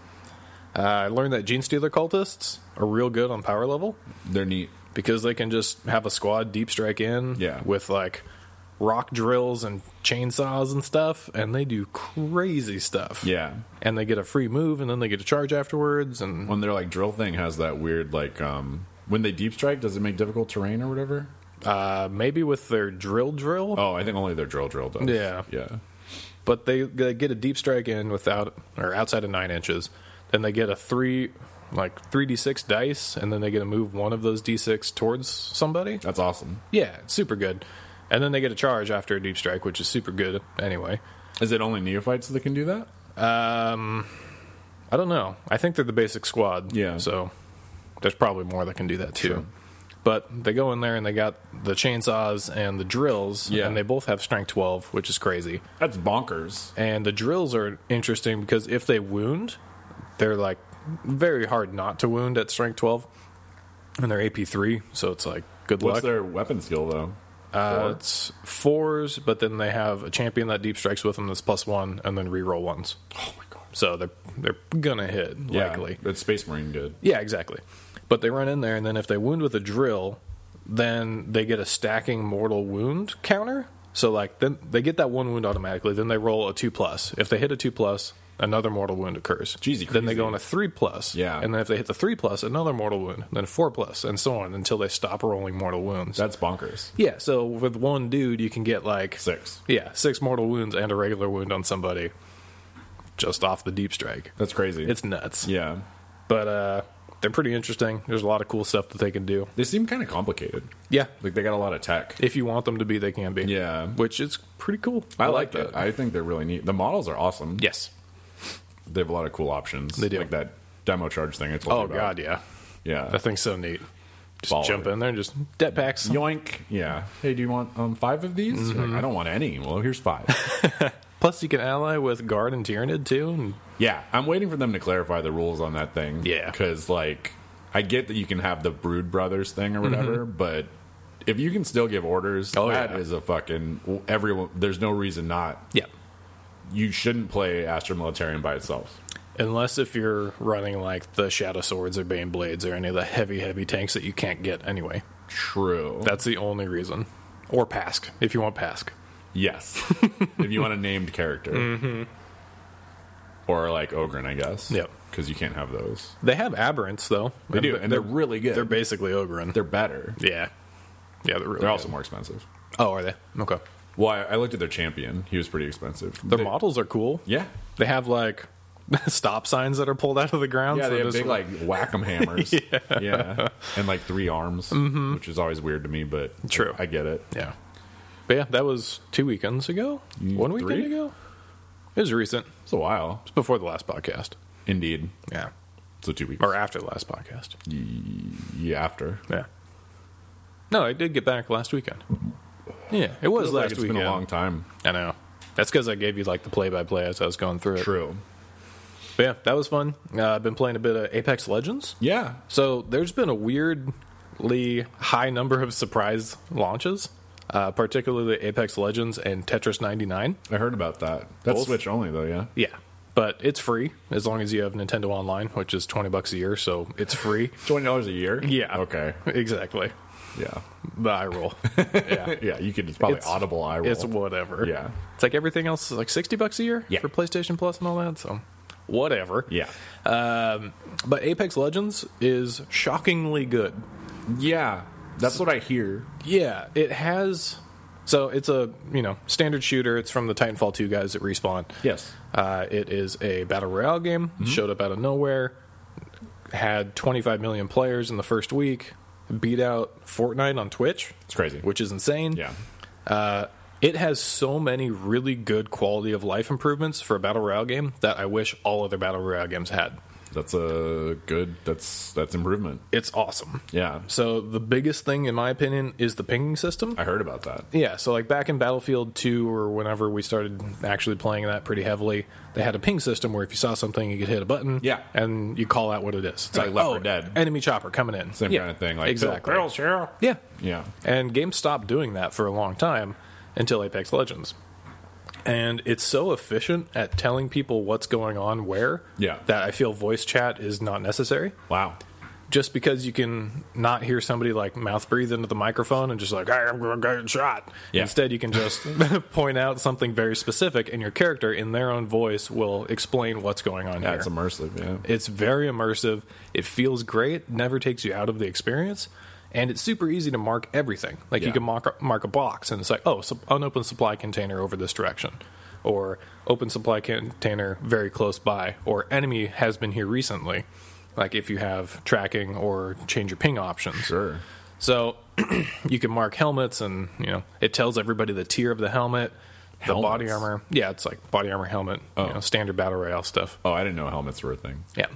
Speaker 2: Uh, I learned that Gene Stealer cultists are real good on power level.
Speaker 1: They're neat.
Speaker 2: because they can just have a squad deep strike in
Speaker 1: Yeah.
Speaker 2: with like rock drills and chainsaws and stuff, and they do crazy stuff.
Speaker 1: Yeah.
Speaker 2: And they get a free move, and then they get a charge afterwards, and
Speaker 1: When their like drill thing has that weird like um when they deep strike, does it make difficult terrain or whatever?
Speaker 2: uh, maybe with their drill drill.
Speaker 1: Oh, I think only their drill drill does.
Speaker 2: Yeah.
Speaker 1: Yeah.
Speaker 2: but they, they get a deep strike in without or outside of nine inches. Then they get a three, like three d six dice, and then they get to move one of those d six towards somebody.
Speaker 1: That's awesome.
Speaker 2: Yeah, it's super good. And then they get a charge after a deep strike, which is super good anyway.
Speaker 1: Is it only neophytes that can do that?
Speaker 2: I don't know. I think they're the basic squad.
Speaker 1: Yeah.
Speaker 2: So there's probably more that can do that too. But they go in there and they got the chainsaws and the drills,
Speaker 1: Yeah.
Speaker 2: and they both have strength twelve, which is crazy.
Speaker 1: That's bonkers.
Speaker 2: And the drills are interesting because if they wound, they're like very hard not to wound at strength 12. And they're AP 3, so it's like good
Speaker 1: What's
Speaker 2: luck.
Speaker 1: their weapon skill though?
Speaker 2: uh, it's fours, but then they have a champion that deep strikes with them that's plus one, and then reroll ones.
Speaker 1: Oh my god.
Speaker 2: So they're, they're going to hit,
Speaker 1: Yeah.
Speaker 2: likely.
Speaker 1: It's Space Marine good.
Speaker 2: Yeah, exactly. But they run in there, and then if they wound with a drill, then they get a stacking mortal wound counter. So like then they get that one wound automatically. Then they roll a two plus. If they hit a two plus, another mortal wound occurs.
Speaker 1: Jeezy
Speaker 2: Then they
Speaker 1: crazy.
Speaker 2: go on a three plus.
Speaker 1: Yeah.
Speaker 2: And then if they hit the three plus, another mortal wound. Then four plus, and so on until they stop rolling mortal wounds.
Speaker 1: That's bonkers.
Speaker 2: yeah. So with one dude, you can get like
Speaker 1: Six.
Speaker 2: yeah six mortal wounds and a regular wound on somebody, just off the deep strike.
Speaker 1: That's crazy.
Speaker 2: It's nuts
Speaker 1: yeah.
Speaker 2: but uh, they're pretty interesting. There's a lot of cool stuff that they can do.
Speaker 1: They seem kind of complicated.
Speaker 2: Yeah,
Speaker 1: Like they got a lot of tech.
Speaker 2: if you want them to be, they can be.
Speaker 1: Yeah.
Speaker 2: which is pretty cool.
Speaker 1: I like it. I think they're really neat. The models are awesome.
Speaker 2: Yes.
Speaker 1: They have a lot of cool options.
Speaker 2: They do.
Speaker 1: Like that demo charge thing I told you
Speaker 2: Oh
Speaker 1: about.
Speaker 2: god, yeah,
Speaker 1: Yeah.
Speaker 2: that thing's so neat. Just
Speaker 1: Baller.
Speaker 2: jump in there, and just debt packs.
Speaker 1: Yoink. Yeah. Hey, do you want um, five of these? You're
Speaker 2: Mm-hmm.
Speaker 1: like, I don't want any. Well, here's five.
Speaker 2: Plus, you can ally with guard and Tyranid too. And
Speaker 1: yeah. I'm waiting for them to clarify the rules on that thing.
Speaker 2: Yeah.
Speaker 1: Because, like, I get that you can have the Brood Brothers thing or whatever, but if you can still give orders,
Speaker 2: Mm-hmm. Oh,
Speaker 1: that
Speaker 2: yeah.
Speaker 1: is a fucking. Everyone. There's no reason not.
Speaker 2: yeah,
Speaker 1: You shouldn't play Astro Militarium by itself.
Speaker 2: unless if you're running like the Shadow Swords or Bane Blades or any of the heavy, heavy tanks that you can't get anyway.
Speaker 1: True.
Speaker 2: That's the only reason. Or Pask, if you want Pask.
Speaker 1: Yes. if you want a named character. Or like Ogren, I guess.
Speaker 2: Mm-hmm. Yep.
Speaker 1: Because you can't have those.
Speaker 2: They have aberrants though.
Speaker 1: They do, and they're really good.
Speaker 2: They're basically Ogryn.
Speaker 1: They're better.
Speaker 2: Yeah. Yeah, they're really
Speaker 1: They're also
Speaker 2: good.
Speaker 1: more expensive.
Speaker 2: Oh, are they? Okay.
Speaker 1: Well, I, I looked at their champion. He was pretty expensive.
Speaker 2: Their
Speaker 1: They-
Speaker 2: models are cool.
Speaker 1: Yeah.
Speaker 2: They have like stop signs that are pulled out of the ground.
Speaker 1: Yeah,
Speaker 2: so
Speaker 1: they have
Speaker 2: just-
Speaker 1: big, like, whack 'em hammers. yeah. Mm-hmm. And, like, three arms, which is always weird to me, but
Speaker 2: True.
Speaker 1: I get it.
Speaker 2: Yeah. But yeah, that was two weekends ago. One weekend
Speaker 1: three?
Speaker 2: ago? It was recent.
Speaker 1: It's a while.
Speaker 2: It's before the last podcast.
Speaker 1: Indeed.
Speaker 2: Yeah.
Speaker 1: So, two weeks.
Speaker 2: Or after the last podcast.
Speaker 1: Yeah, after.
Speaker 2: Yeah. No, I did get back last weekend. Yeah, it was
Speaker 1: Feels
Speaker 2: last
Speaker 1: like it's
Speaker 2: weekend.
Speaker 1: been a long time.
Speaker 2: I know. That's because I gave you like the play by play as I was going through it.
Speaker 1: True.
Speaker 2: But yeah, that was fun. Uh, I've been playing a bit of Apex Legends.
Speaker 1: Yeah.
Speaker 2: So there's been a weirdly high number of surprise launches, uh, particularly Apex Legends and Tetris 99.
Speaker 1: I heard about that. That's
Speaker 2: Both?
Speaker 1: Switch only, though, yeah.
Speaker 2: Yeah, but it's free as long as you have Nintendo Online, which is 20 bucks a year, so it's free.
Speaker 1: $20 a year? Okay.
Speaker 2: exactly.
Speaker 1: Yeah.
Speaker 2: The eye roll. yeah,
Speaker 1: Yeah, you could. It's probably
Speaker 2: It's-
Speaker 1: audible eye roll.
Speaker 2: it's whatever.
Speaker 1: Yeah.
Speaker 2: it's like everything else is like 60 bucks a year
Speaker 1: Yeah.
Speaker 2: for PlayStation Plus and all that. So whatever.
Speaker 1: yeah,
Speaker 2: Um, but Apex Legends is shockingly good.
Speaker 1: yeah. That's what I hear.
Speaker 2: Yeah, it has. So it's a you know standard shooter. It's from the Titanfall two guys at Respawn.
Speaker 1: Yes. Mm-hmm.
Speaker 2: Uh, it is a battle royale game. Showed up out of nowhere. Had 25 million players in the first week. Beat out Fortnite on Twitch.
Speaker 1: It's crazy.
Speaker 2: which is insane.
Speaker 1: Yeah,
Speaker 2: Uh, it has so many really good quality of life improvements for a battle royale game that I wish all other battle royale games had.
Speaker 1: that's a good. That's that's improvement.
Speaker 2: It's awesome.
Speaker 1: Yeah,
Speaker 2: So the biggest thing, in my opinion, is the pinging system.
Speaker 1: I heard about that.
Speaker 2: Yeah, so like back in Battlefield 2 or whenever we started actually playing that pretty heavily, they had a ping system where if you saw something, you could hit a button.
Speaker 1: Yeah.
Speaker 2: And you call out what it is. It's
Speaker 1: Like Left 4 Dead.
Speaker 2: Enemy chopper coming in.
Speaker 1: Same
Speaker 2: Yeah,
Speaker 1: kind of thing. Like
Speaker 2: exactly.
Speaker 1: Girls here.
Speaker 2: Yeah.
Speaker 1: Yeah,
Speaker 2: And games stopped doing that for a long time until Apex Legends. And it's so efficient at telling people what's going on where
Speaker 1: Yeah.
Speaker 2: that I feel voice chat is not necessary
Speaker 1: wow.
Speaker 2: just because you can not hear somebody like mouth breathe into the microphone and just like, hey, I'm going to get shot.
Speaker 1: Yeah.
Speaker 2: Instead, you can just point out something very specific, and your character in their own voice will explain what's going on
Speaker 1: Yeah,
Speaker 2: here.
Speaker 1: it's immersive. Yeah.
Speaker 2: It's very immersive. It feels great. Never takes you out of the experience, and it's super easy to mark everything. Like you
Speaker 1: Yeah.
Speaker 2: can mark mark a box, and it's like, oh, sup- unopened supply container over this direction, or open supply container very close by, or enemy has been here recently. Like if you have tracking or change your ping options.
Speaker 1: Sure.
Speaker 2: So you can mark helmets, and you know it tells everybody the tier of the helmet, the body
Speaker 1: Helmets?
Speaker 2: armor. Yeah, it's like body armor helmet, you know, standard battle royale stuff.
Speaker 1: Oh, I didn't know helmets were a thing.
Speaker 2: Yeah.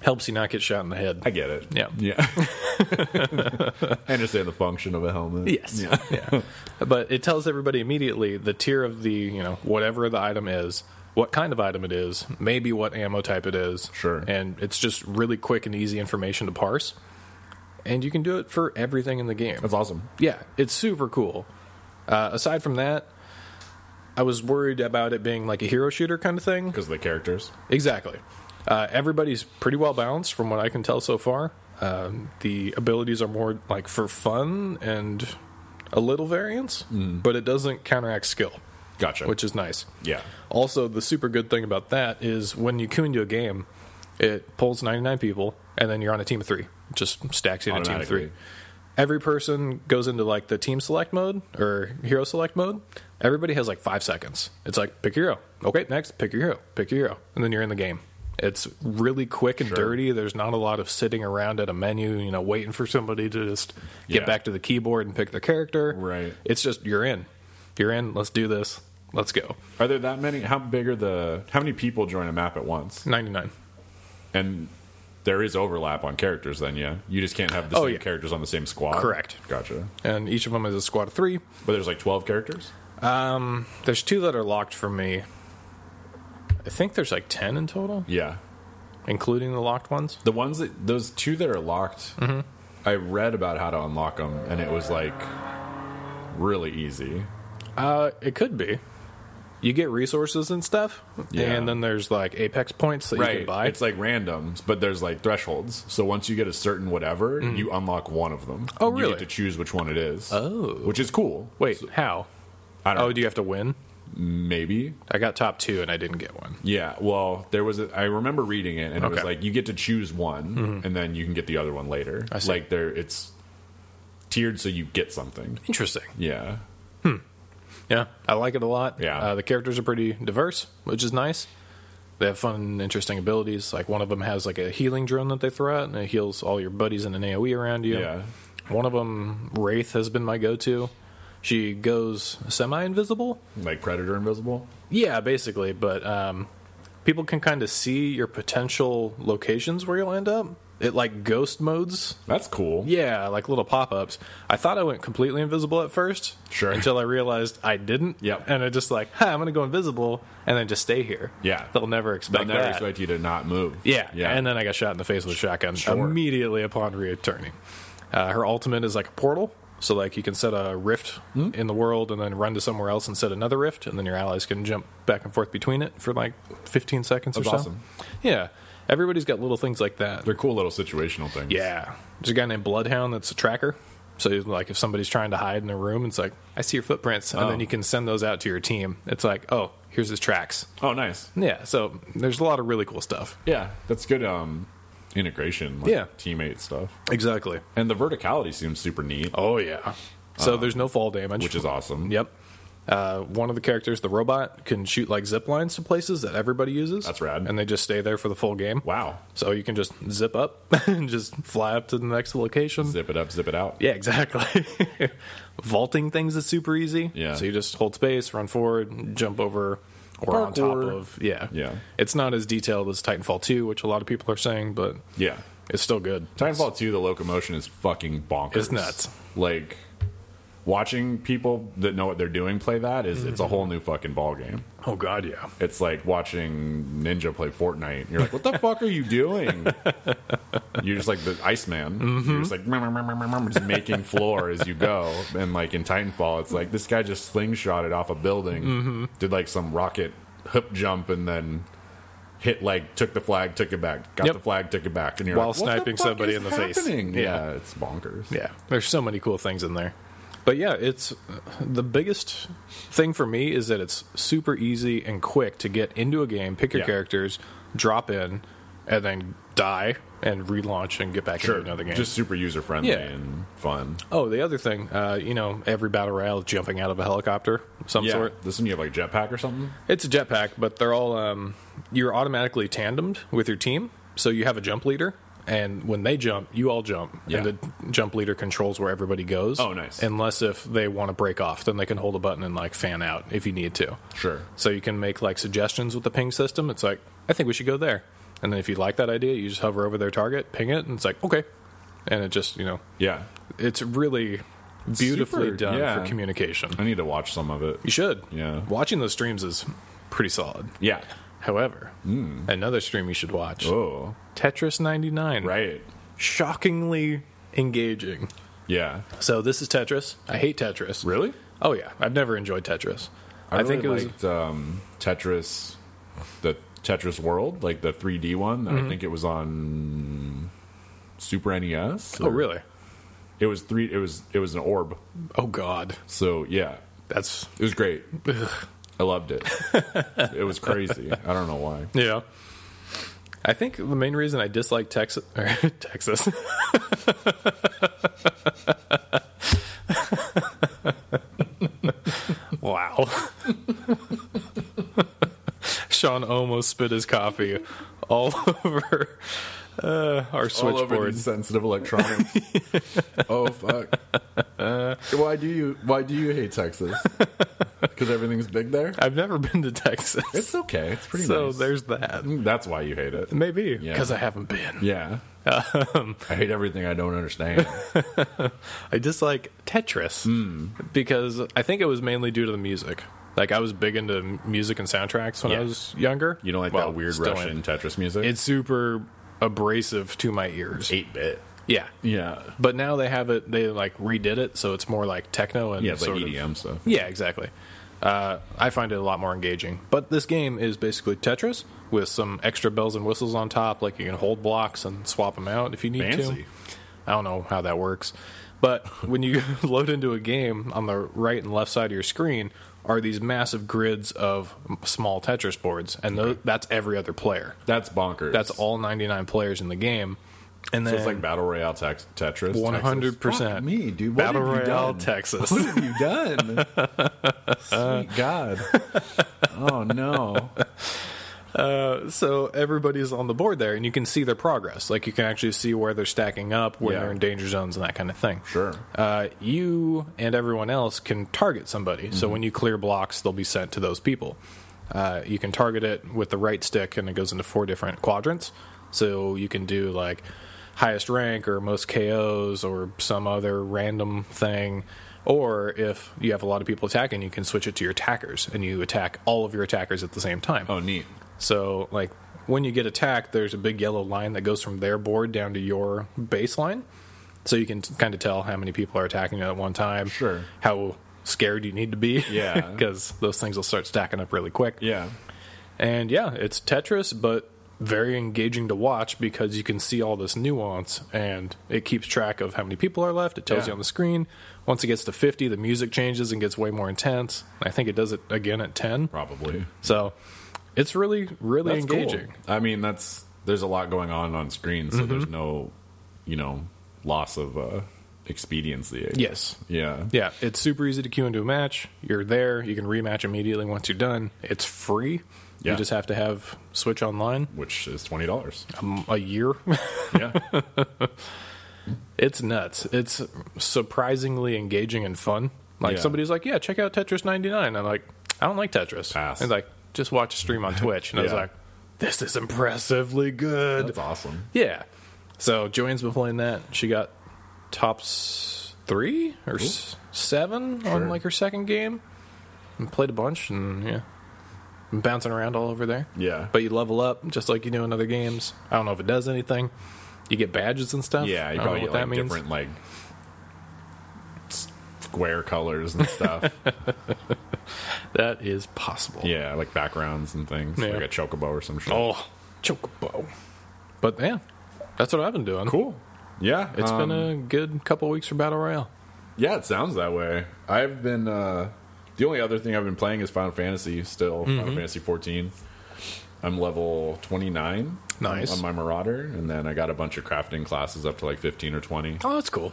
Speaker 2: Helps you not get shot in the head.
Speaker 1: I get it.
Speaker 2: Yeah.
Speaker 1: Yeah. I understand the function of a helmet. Yeah.
Speaker 2: yeah. But it tells everybody immediately the tier of the, you know, whatever the item is, what kind of item it is, maybe what ammo type it is.
Speaker 1: Sure.
Speaker 2: And it's just really quick and easy information to parse. And you can do it for everything in the game.
Speaker 1: That's awesome.
Speaker 2: Yeah, it's super cool. Uh, aside from that, I was worried about it being like a hero shooter kind of thing.
Speaker 1: Because of the characters.
Speaker 2: Exactly. Uh, everybody's pretty well balanced from what I can tell so far. Um, the abilities are more like for fun and a little variance, but it doesn't counteract skill,
Speaker 1: Gotcha.
Speaker 2: which is nice.
Speaker 1: yeah.
Speaker 2: Also, the super good thing about that is when you queue into a game, it pulls 99 people, and then you're on a team of three. It just stacks you in a team of three.
Speaker 1: Automatically.
Speaker 2: Every person goes into like the team select mode or hero select mode. Everybody has like five seconds. It's like pick your hero. Okay, next, pick your hero. Pick your hero. And then you're in the game. It's really quick and dirty. There's not a lot of sitting around at a menu, you know, waiting for somebody to just get
Speaker 1: Yeah.
Speaker 2: back to the keyboard and pick their character.
Speaker 1: Right.
Speaker 2: It's just you're in. You're in. Let's do this. Let's go.
Speaker 1: Are there that many? How big are the? How many people join a map at once?
Speaker 2: 99.
Speaker 1: And there is overlap on characters. Then yeah, you just can't have the
Speaker 2: Oh,
Speaker 1: same
Speaker 2: yeah.
Speaker 1: characters on the same squad.
Speaker 2: Correct.
Speaker 1: Gotcha.
Speaker 2: and each of them is a squad of three. Um,
Speaker 1: But there's like twelve characters.
Speaker 2: There's two that are locked for me. I think there's like ten in total,
Speaker 1: Yeah.
Speaker 2: including the locked ones.
Speaker 1: The ones that those two that are locked,
Speaker 2: Mm-hmm.
Speaker 1: I read about how to unlock them, and it was like really easy.
Speaker 2: Uh, it could be. You get resources and stuff,
Speaker 1: Yeah.
Speaker 2: and then there's like apex points that you can buy.
Speaker 1: It's like randoms, but there's like thresholds. So once you get a certain whatever, you unlock one of them.
Speaker 2: Mm-hmm. Oh,
Speaker 1: You
Speaker 2: really?
Speaker 1: get to choose which one it is.
Speaker 2: Oh.
Speaker 1: which is cool.
Speaker 2: Wait, how?
Speaker 1: I don't.
Speaker 2: Oh,
Speaker 1: know.
Speaker 2: do you have to win?
Speaker 1: Maybe
Speaker 2: I got top two and I didn't get one.
Speaker 1: Yeah, well, there was. A, I remember reading it, and it was
Speaker 2: Okay. Mm-hmm.
Speaker 1: like you get to choose one, and then you can get the other one later.
Speaker 2: I see.
Speaker 1: Like there, it's tiered, so you get something.
Speaker 2: Interesting.
Speaker 1: Yeah,
Speaker 2: Yeah, I like it a lot.
Speaker 1: Yeah.
Speaker 2: uh, the characters are pretty diverse, which is nice. They have fun, and interesting abilities. Like one of them has like a healing drone that they throw out, and it heals all your buddies in an AOE around you.
Speaker 1: Yeah.
Speaker 2: One of them, Wraith, has been my go-to. She goes semi-invisible.
Speaker 1: like Predator Invisible.
Speaker 2: Yeah, basically, but um, people can kind of see your potential locations where you'll end up. It like ghost modes
Speaker 1: That's cool.
Speaker 2: yeah, like little pop ups. I thought I went completely invisible at first.
Speaker 1: Sure.
Speaker 2: Until I realized I didn't.
Speaker 1: Yep.
Speaker 2: And I just like, huh, I'm gonna go invisible and then just stay here.
Speaker 1: Yeah.
Speaker 2: They'll never
Speaker 1: They'll
Speaker 2: expect
Speaker 1: never
Speaker 2: that.
Speaker 1: expect you to not move.
Speaker 2: yeah.
Speaker 1: yeah.
Speaker 2: And uh, then I got shot in the face with a shotgun
Speaker 1: Sure.
Speaker 2: immediately upon returning. Uh, her ultimate is like a portal. So like you can set a rift
Speaker 1: Hmm?
Speaker 2: in the world and then run to somewhere else and set another rift and then your allies can jump back and forth between it for like 15 seconds
Speaker 1: That's
Speaker 2: or so.
Speaker 1: awesome.
Speaker 2: Yeah. Everybody's got little things like that.
Speaker 1: they're cool little situational things.
Speaker 2: Yeah. There's a guy named Bloodhound that's a tracker. So like if somebody's trying to hide in a room, it's like, I see your footprints. And
Speaker 1: Oh.
Speaker 2: then you can send those out to your team. It's like, oh, here's his tracks.
Speaker 1: Oh, nice.
Speaker 2: Yeah. So there's a lot of really cool stuff.
Speaker 1: Yeah, that's good. Um, integration. Like
Speaker 2: Yeah.
Speaker 1: teammate stuff,
Speaker 2: Exactly.
Speaker 1: and the verticality seems super neat,
Speaker 2: Oh yeah. So there's no fall damage.
Speaker 1: Um, which is awesome.
Speaker 2: Yep. Uh, one of the characters, the robot, can shoot like zip lines to places that everybody uses.
Speaker 1: That's rad.
Speaker 2: And they just stay there for the full game.
Speaker 1: Wow.
Speaker 2: So you can just zip up and just fly up to the next location.
Speaker 1: Zip it up, zip it out.
Speaker 2: Yeah, exactly. Vaulting things is super easy.
Speaker 1: Yeah.
Speaker 2: So you just hold space, run forward, jump over, or on top
Speaker 1: Parkour.
Speaker 2: of. Yeah.
Speaker 1: Yeah.
Speaker 2: It's not as detailed as Titanfall 2, which a lot of people are saying, but
Speaker 1: yeah.
Speaker 2: it's still good.
Speaker 1: Titanfall 2, the locomotion is fucking bonkers.
Speaker 2: It's nuts.
Speaker 1: Like, watching people that know what they're doing play that is- it's
Speaker 2: Mm-hmm.
Speaker 1: a whole new fucking ballgame.
Speaker 2: Oh, God, yeah.
Speaker 1: It's like watching Ninja play Fortnite. You're like, what the fuck are you doing? You're just like the Iceman.
Speaker 2: Mm-hmm.
Speaker 1: You're just like, "Mum, mum, mum, mum, mum," just making floor as you go. And like in Titanfall, it's like this guy
Speaker 2: Mm-hmm.
Speaker 1: just slingshotted off a building, did like some rocket hoop jump, and then hit like took the flag, took it back, got
Speaker 2: Yep.
Speaker 1: the flag, took it back, and you're
Speaker 2: While
Speaker 1: like, what the
Speaker 2: sniping
Speaker 1: fuck
Speaker 2: somebody
Speaker 1: is
Speaker 2: in the face.
Speaker 1: happening?
Speaker 2: Yeah.
Speaker 1: Yeah. it's bonkers.
Speaker 2: Yeah, there's so many cool things in there. But yeah, it's the biggest thing for me is that it's super easy and quick to get into a game, pick your
Speaker 1: Yeah.
Speaker 2: characters, drop in, and then die and relaunch and get back
Speaker 1: Sure,
Speaker 2: into another game.
Speaker 1: just super user friendly
Speaker 2: Yeah.
Speaker 1: and fun.
Speaker 2: oh, the other thing, uh, you know, every battle royale is jumping out of a helicopter of some
Speaker 1: yeah,
Speaker 2: sort.
Speaker 1: this one you have like a jetpack or something.
Speaker 2: It's a jetpack, but they're all um, you're automatically tandemed with your team, so you have a jump leader, and when they jump, you all jump,
Speaker 1: Yeah.
Speaker 2: and the jump leader controls where everybody goes.
Speaker 1: Oh, nice.
Speaker 2: Unless if they want to break off, then they can hold a button and like fan out if you need to.
Speaker 1: Sure.
Speaker 2: So you can make like suggestions with the ping system. It's like I think we should go there, and then if you like that idea, you just hover over their target, ping it, and it's like okay, and it just you know
Speaker 1: Yeah,
Speaker 2: it's really beautifully
Speaker 1: super-
Speaker 2: done
Speaker 1: yeah.
Speaker 2: for communication.
Speaker 1: I need to watch some of it.
Speaker 2: You should.
Speaker 1: Yeah.
Speaker 2: Watching those streams is pretty solid.
Speaker 1: Yeah.
Speaker 2: However, another stream you should watch
Speaker 1: Hmm. Oh,
Speaker 2: Tetris 99.
Speaker 1: right.
Speaker 2: Shockingly engaging.
Speaker 1: Yeah.
Speaker 2: So, this is Tetris. I hate Tetris.
Speaker 1: Really?
Speaker 2: Oh, yeah. I've never enjoyed Tetris.
Speaker 1: I,
Speaker 2: I, think it was.
Speaker 1: liked, um, Tetris, the Tetris World, like the 3D one.
Speaker 2: Mm-hmm.
Speaker 1: I think it was on Super NES.
Speaker 2: Oh,
Speaker 1: or-
Speaker 2: really?
Speaker 1: It was three. It was it was an orb.
Speaker 2: Oh, God.
Speaker 1: So yeah,
Speaker 2: That's.
Speaker 1: it was great. I loved it. it was crazy. I don't know why.
Speaker 2: Yeah. I think the main reason I dislike Texas. Or Texas. wow. Sean almost spit his coffee all over uh,
Speaker 1: All
Speaker 2: our
Speaker 1: over
Speaker 2: switchboard.
Speaker 1: these sensitive electronics. oh fuck!
Speaker 2: Uh.
Speaker 1: why do you why do you hate Texas? Because everything's big there.
Speaker 2: I've never been to Texas.
Speaker 1: It's okay. It's pretty
Speaker 2: so
Speaker 1: nice. Mm,
Speaker 2: there's that.
Speaker 1: That's why you hate it.
Speaker 2: Maybe.
Speaker 1: Yeah.
Speaker 2: Because I haven't been. Um,
Speaker 1: Yeah. I hate everything I don't understand.
Speaker 2: I dislike Tetris
Speaker 1: Hmm.
Speaker 2: because I think it was mainly due to the music. Like I was big into m- music and soundtracks when I
Speaker 1: Yeah.
Speaker 2: was younger.
Speaker 1: You don't like
Speaker 2: Well,
Speaker 1: that weird
Speaker 2: still
Speaker 1: Russian
Speaker 2: am.
Speaker 1: Tetris music?
Speaker 2: It's super abrasive to my ears.
Speaker 1: 8 bit.
Speaker 2: Yeah.
Speaker 1: Yeah.
Speaker 2: But now they have it. They like redid it, so it's more like techno and
Speaker 1: Yeah, it's like
Speaker 2: sort of-
Speaker 1: EDM stuff.
Speaker 2: yeah, exactly. Uh, I find it a lot more engaging. But this game is basically Tetris with some extra bells and whistles on top. Like you can hold blocks and swap them out if you need
Speaker 1: Fancy.
Speaker 2: to. I don't know how that works. But when you load into a game, on the right and left side of your screen are these massive grids of m- small Tetris boards, and tho- that's every other player.
Speaker 1: That's bonkers.
Speaker 2: That's all 99 players in the game. And then
Speaker 1: So it's like Battle Royale tex- Tetris.
Speaker 2: 100%.
Speaker 1: Fuck me, dude. What
Speaker 2: Battle
Speaker 1: have you
Speaker 2: Royale
Speaker 1: done?
Speaker 2: Texas.
Speaker 1: What have you done? Sweet God. Oh, no.
Speaker 2: so everybody's on the board there and you can see their progress like you can actually see where they're stacking up where
Speaker 1: Yeah.
Speaker 2: they're in danger zones and that kind of thing
Speaker 1: Sure.
Speaker 2: uh, you and everyone else can target somebody so
Speaker 1: Mm-hmm.
Speaker 2: when you clear blocks they'll be sent to those people uh, you can target it with the right stick and it goes into four different quadrants so you can do like highest rank or most ko's or some other random thing or if you have a lot of people attacking you can switch it to your attackers and you attack all of your attackers at the same time
Speaker 1: Oh, neat.
Speaker 2: so, like, when you get attacked, there's a big yellow line that goes from their board down to your baseline. So you can kind of tell how many people are attacking you at one time.
Speaker 1: Sure.
Speaker 2: How scared you need to be.
Speaker 1: Yeah.
Speaker 2: Because those things will start stacking up really quick.
Speaker 1: Yeah.
Speaker 2: And yeah, it's Tetris, but very engaging to watch because you can see all this nuance and it keeps track of how many people are left. It tells
Speaker 1: Yeah.
Speaker 2: you on the screen. Once it gets to 50, the music changes and gets way more intense. I think it does it again at 10.
Speaker 1: Probably.
Speaker 2: So it's really, really
Speaker 1: That's
Speaker 2: engaging.
Speaker 1: Cool. I mean, that's there's a lot going on on screen, so
Speaker 2: Mm-hmm.
Speaker 1: there's no, you know, loss of uh, expediency. I guess.
Speaker 2: Yes.
Speaker 1: Yeah.
Speaker 2: Yeah, it's super easy to queue into a match. You're there. You can rematch immediately once you're done. It's free.
Speaker 1: Yeah.
Speaker 2: You just have to have Switch Online
Speaker 1: Which is twenty dollars.
Speaker 2: um, a year.
Speaker 1: Yeah.
Speaker 2: it's nuts. It's surprisingly engaging and fun. Like
Speaker 1: Yeah.
Speaker 2: somebody's like, "Yeah, check out Tetris 99." I'm like, "I don't like Tetris."
Speaker 1: Pass.
Speaker 2: And like, just watch a stream on Twitch. And I was
Speaker 1: Yeah.
Speaker 2: like, "This is impressively good."
Speaker 1: that's awesome.
Speaker 2: Yeah. So Joanne's been playing that. She got tops three or s- seven
Speaker 1: Sure.
Speaker 2: on like her second game. And played a bunch and yeah. Been bouncing around all over there.
Speaker 1: Yeah.
Speaker 2: But you level up just like you do in other games. I don't know if it does anything. You get badges and stuff.
Speaker 1: Yeah,
Speaker 2: I
Speaker 1: you
Speaker 2: don't
Speaker 1: probably
Speaker 2: know
Speaker 1: get
Speaker 2: what
Speaker 1: like
Speaker 2: that means.
Speaker 1: different like s- square colors and stuff.
Speaker 2: That is possible.
Speaker 1: Yeah, like backgrounds and things,
Speaker 2: Yeah.
Speaker 1: like a chocobo or some shit.
Speaker 2: Oh, chocobo. But yeah, that's what I've been doing.
Speaker 1: cool. Um, Yeah,
Speaker 2: It's
Speaker 1: it's
Speaker 2: been a good couple weeks for Battle Royale.
Speaker 1: yeah, it sounds that way. I've been uh the only other thing I've been playing is Final Fantasy still,
Speaker 2: Mm-hmm.
Speaker 1: Final Fantasy 14. I'm level 29
Speaker 2: Nice.
Speaker 1: on my Marauder, and then I got a bunch of crafting classes up to like 15 or 20.
Speaker 2: Oh, that's cool.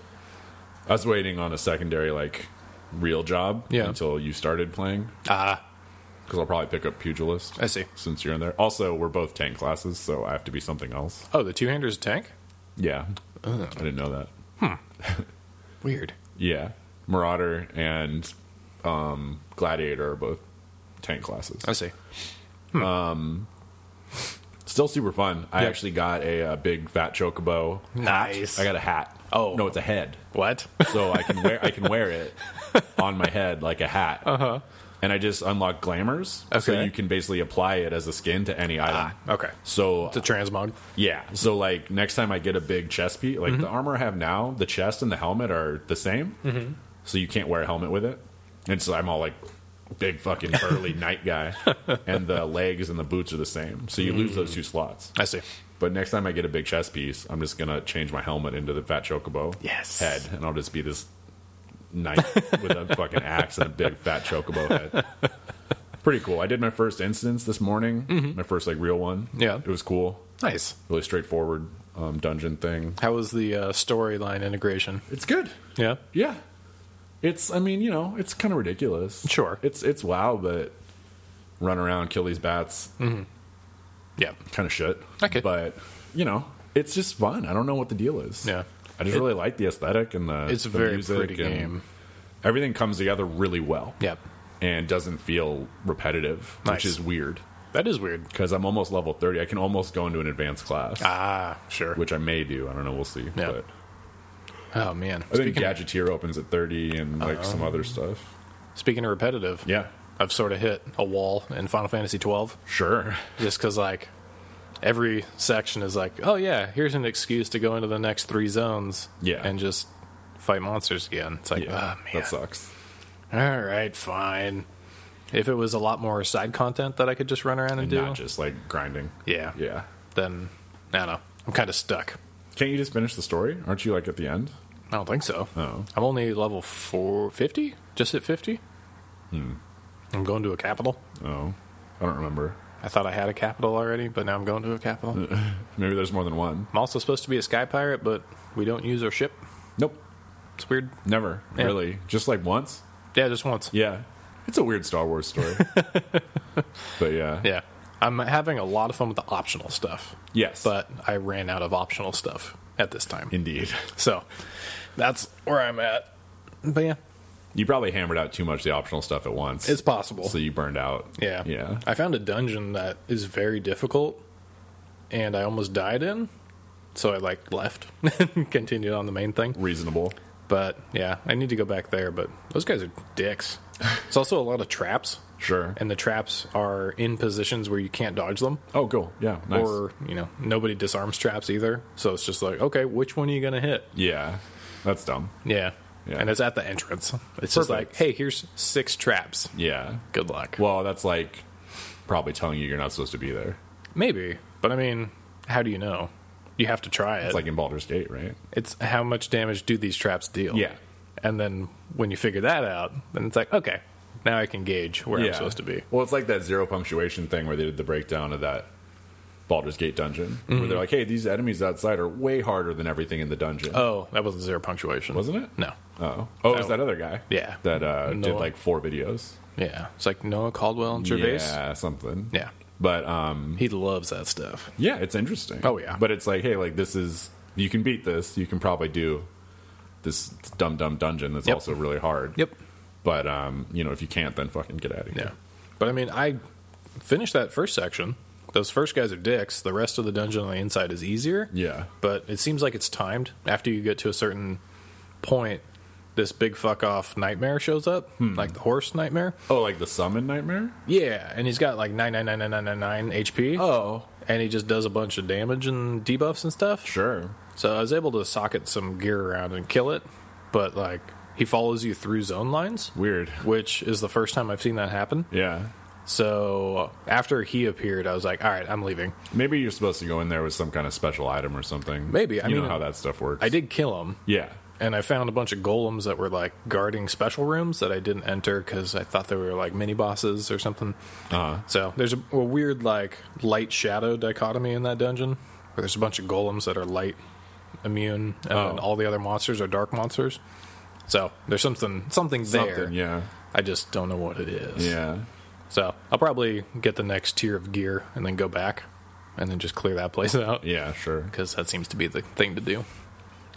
Speaker 1: I was waiting on a secondary like real job
Speaker 2: Yeah.
Speaker 1: until you started playing
Speaker 2: Ah,
Speaker 1: because I'll probably pick up pugilist.
Speaker 2: I see.
Speaker 1: Since you're in there, also we're both tank classes, so I have to be something else.
Speaker 2: oh, the two hander's a tank.
Speaker 1: Yeah,
Speaker 2: Oh.
Speaker 1: I didn't know that.
Speaker 2: Weird.
Speaker 1: Yeah, Marauder and um, Gladiator are both tank classes.
Speaker 2: I see.
Speaker 1: Still super fun. I
Speaker 2: Yeah.
Speaker 1: actually got a, uh big fat chocobo.
Speaker 2: Nice.
Speaker 1: I got a hat.
Speaker 2: Oh.
Speaker 1: no, it's a head.
Speaker 2: What?
Speaker 1: so I can wear I can wear it on my head like a hat. Uh-huh. And I just unlock glamours, so
Speaker 2: Okay. Ah,
Speaker 1: you can basically apply it as a skin to any item.
Speaker 2: okay.
Speaker 1: So
Speaker 2: It's a transmog.
Speaker 1: yeah, so like next time I get a big chest piece, like
Speaker 2: Mm-hmm.
Speaker 1: the armor I have now, the chest and the helmet are the same, mm-hmm. so you can't wear a helmet with it. And so I'm all like big fucking burly night guy, and the legs and the boots are the same, so you lose those two slots.
Speaker 2: I see.
Speaker 1: But next time I get a big chess piece, I'm just gonna change my helmet into the fat chocobo
Speaker 2: Yes.
Speaker 1: head, and I'll just be this knight with a fucking axe and a big fat chocobo head. Pretty cool. I did my first instance this morning, my first like real one.
Speaker 2: Mm-hmm. Yeah.
Speaker 1: it was cool.
Speaker 2: Nice.
Speaker 1: Really straightforward um, dungeon thing.
Speaker 2: How was the uh, storyline integration?
Speaker 1: It's good.
Speaker 2: Yeah.
Speaker 1: Yeah, it's. I mean, you know, it's kind of ridiculous.
Speaker 2: Sure.
Speaker 1: it's it's wow, but run around, kill these bats,
Speaker 2: Yeah.
Speaker 1: kind of shit.
Speaker 2: Mm. Okay.
Speaker 1: but you know, it's just fun. I don't know what the deal is.
Speaker 2: Yeah.
Speaker 1: I just really like the aesthetic and the.
Speaker 2: It's a
Speaker 1: the
Speaker 2: very
Speaker 1: music
Speaker 2: pretty
Speaker 1: and
Speaker 2: game.
Speaker 1: Everything comes together really well.
Speaker 2: Yeah.
Speaker 1: and doesn't feel repetitive,
Speaker 2: Nice.
Speaker 1: which is weird
Speaker 2: That is weird.
Speaker 1: because I'm almost level thirty. I can almost go into an advanced class,
Speaker 2: Ah, sure.
Speaker 1: which I may do. I don't know. We'll see.
Speaker 2: Yeah.
Speaker 1: But
Speaker 2: Oh man.
Speaker 1: I think
Speaker 2: Speaking, Oh.
Speaker 1: Gadgeteer opens at thirty and like some other stuff.
Speaker 2: speaking of repetitive,
Speaker 1: Yeah,
Speaker 2: I've sort of hit a wall in Final Fantasy twelve.
Speaker 1: sure.
Speaker 2: just because like every section is like oh yeah here's an excuse to go into the next three zones
Speaker 1: Yeah.
Speaker 2: and just fight monsters again it's like
Speaker 1: Yeah,
Speaker 2: ah, man
Speaker 1: that sucks.
Speaker 2: all right fine if it was a lot more side content that i could just run around and,
Speaker 1: And
Speaker 2: do
Speaker 1: not just like grinding.
Speaker 2: yeah
Speaker 1: Yeah.
Speaker 2: then i don't know i'm kind of stuck
Speaker 1: Can't you just finish the story? Aren't you like at the end?
Speaker 2: i don't think so
Speaker 1: Oh.
Speaker 2: i'm only level 450 just at 50
Speaker 1: Hmm.
Speaker 2: i'm going to a capital
Speaker 1: Oh, I don't remember.
Speaker 2: i thought i had a capital already but now i'm going to a capital
Speaker 1: Maybe there's more than one.
Speaker 2: i'm also supposed to be a sky pirate but we don't use our ship
Speaker 1: Nope.
Speaker 2: it's weird
Speaker 1: Never,
Speaker 2: Yeah.
Speaker 1: really. Just like once.
Speaker 2: yeah just once
Speaker 1: Yeah. It's a weird Star Wars story. but yeah.
Speaker 2: Yeah. I'm having a lot of fun with the optional stuff,
Speaker 1: Yes.
Speaker 2: but I ran out of optional stuff at this time.
Speaker 1: indeed.
Speaker 2: So that's where I'm at. But yeah,
Speaker 1: You probably hammered out too much of the optional stuff at once.
Speaker 2: it's possible.
Speaker 1: so you burned out.
Speaker 2: yeah.
Speaker 1: Yeah.
Speaker 2: I found a dungeon that is very difficult and I almost died in. So I like left and continued on the main thing.
Speaker 1: Reasonable.
Speaker 2: But yeah, I need to go back there, but those guys are dicks. It's also a lot of traps.
Speaker 1: Sure.
Speaker 2: And the traps are in positions where you can't dodge them.
Speaker 1: oh, cool. Yeah. Nice.
Speaker 2: or you know nobody disarms traps either so it's just like okay which one are you gonna hit
Speaker 1: yeah. That's dumb.
Speaker 2: yeah,
Speaker 1: Yeah.
Speaker 2: and it's at the entrance it's just like
Speaker 1: Perfect.
Speaker 2: hey here's six traps
Speaker 1: Yeah.
Speaker 2: good luck
Speaker 1: Well, that's like probably telling you you're not supposed to be there.
Speaker 2: maybe but i mean how do you know you have to try it
Speaker 1: It's like in Baldur's Gate, right?
Speaker 2: it's how much damage do these traps deal
Speaker 1: Yeah.
Speaker 2: and then when you figure that out then it's like okay now i can gauge where i'm supposed to be
Speaker 1: Well, it's like that zero punctuation thing where they did the breakdown of that Baldur's Gate dungeon, where
Speaker 2: Mm-hmm.
Speaker 1: they're like, "Hey, these enemies outside are way harder than everything in the dungeon."
Speaker 2: oh that wasn't zero punctuation
Speaker 1: Wasn't it?
Speaker 2: no
Speaker 1: Oh, oh, it was
Speaker 2: Oh.
Speaker 1: that other guy?
Speaker 2: Yeah.
Speaker 1: that uh, did
Speaker 2: Noah.
Speaker 1: like four videos.
Speaker 2: yeah it's like noah caldwell and gervais
Speaker 1: Yeah, something.
Speaker 2: Yeah.
Speaker 1: but um,
Speaker 2: he loves that stuff
Speaker 1: yeah, it's interesting.
Speaker 2: Oh, yeah.
Speaker 1: but it's like, hey, like this is you can beat this. You can probably do this dumb dumb dungeon that's
Speaker 2: Yep.
Speaker 1: also really hard. But um, you know, if you can't, then fucking get out of
Speaker 2: Yeah.
Speaker 1: here.
Speaker 2: But I mean, I finished that first section. Those first guys are dicks. The rest of the dungeon on the inside is easier.
Speaker 1: Yeah.
Speaker 2: But it seems like it's timed. After you get to a certain point, this big fuck off nightmare shows up,
Speaker 1: Hmm.
Speaker 2: like the horse nightmare.
Speaker 1: Oh, like the summon nightmare.
Speaker 2: Yeah, and he's got like 999999 HP.
Speaker 1: Oh,
Speaker 2: And he just does a bunch of damage and debuffs and stuff.
Speaker 1: sure.
Speaker 2: So I was able to socket some gear around and kill it, but like He follows you through zone lines,
Speaker 1: Weird.
Speaker 2: which is the first time I've seen that happen.
Speaker 1: Yeah.
Speaker 2: So after he appeared, I was like, all right, I'm leaving.
Speaker 1: Maybe you're supposed to go in there with some kind of special item or something.
Speaker 2: Maybe. I
Speaker 1: you know
Speaker 2: mean,
Speaker 1: how that stuff works.
Speaker 2: I did kill him,
Speaker 1: Yeah.
Speaker 2: and I found a bunch of golems that were like guarding special rooms that I didn't enter because I thought they were like mini bosses or something.
Speaker 1: Uh huh.
Speaker 2: So there's a, a weird like light shadow dichotomy in that dungeon where there's a bunch of golems that are light immune, and then
Speaker 1: Oh.
Speaker 2: all the other monsters are dark monsters. So there's something something there.
Speaker 1: Something. Yeah.
Speaker 2: I just don't know what it is.
Speaker 1: Yeah.
Speaker 2: So I'll probably get the next tier of gear and then go back and then just clear that place out
Speaker 1: Yeah. Sure.
Speaker 2: because that seems to be the thing to do.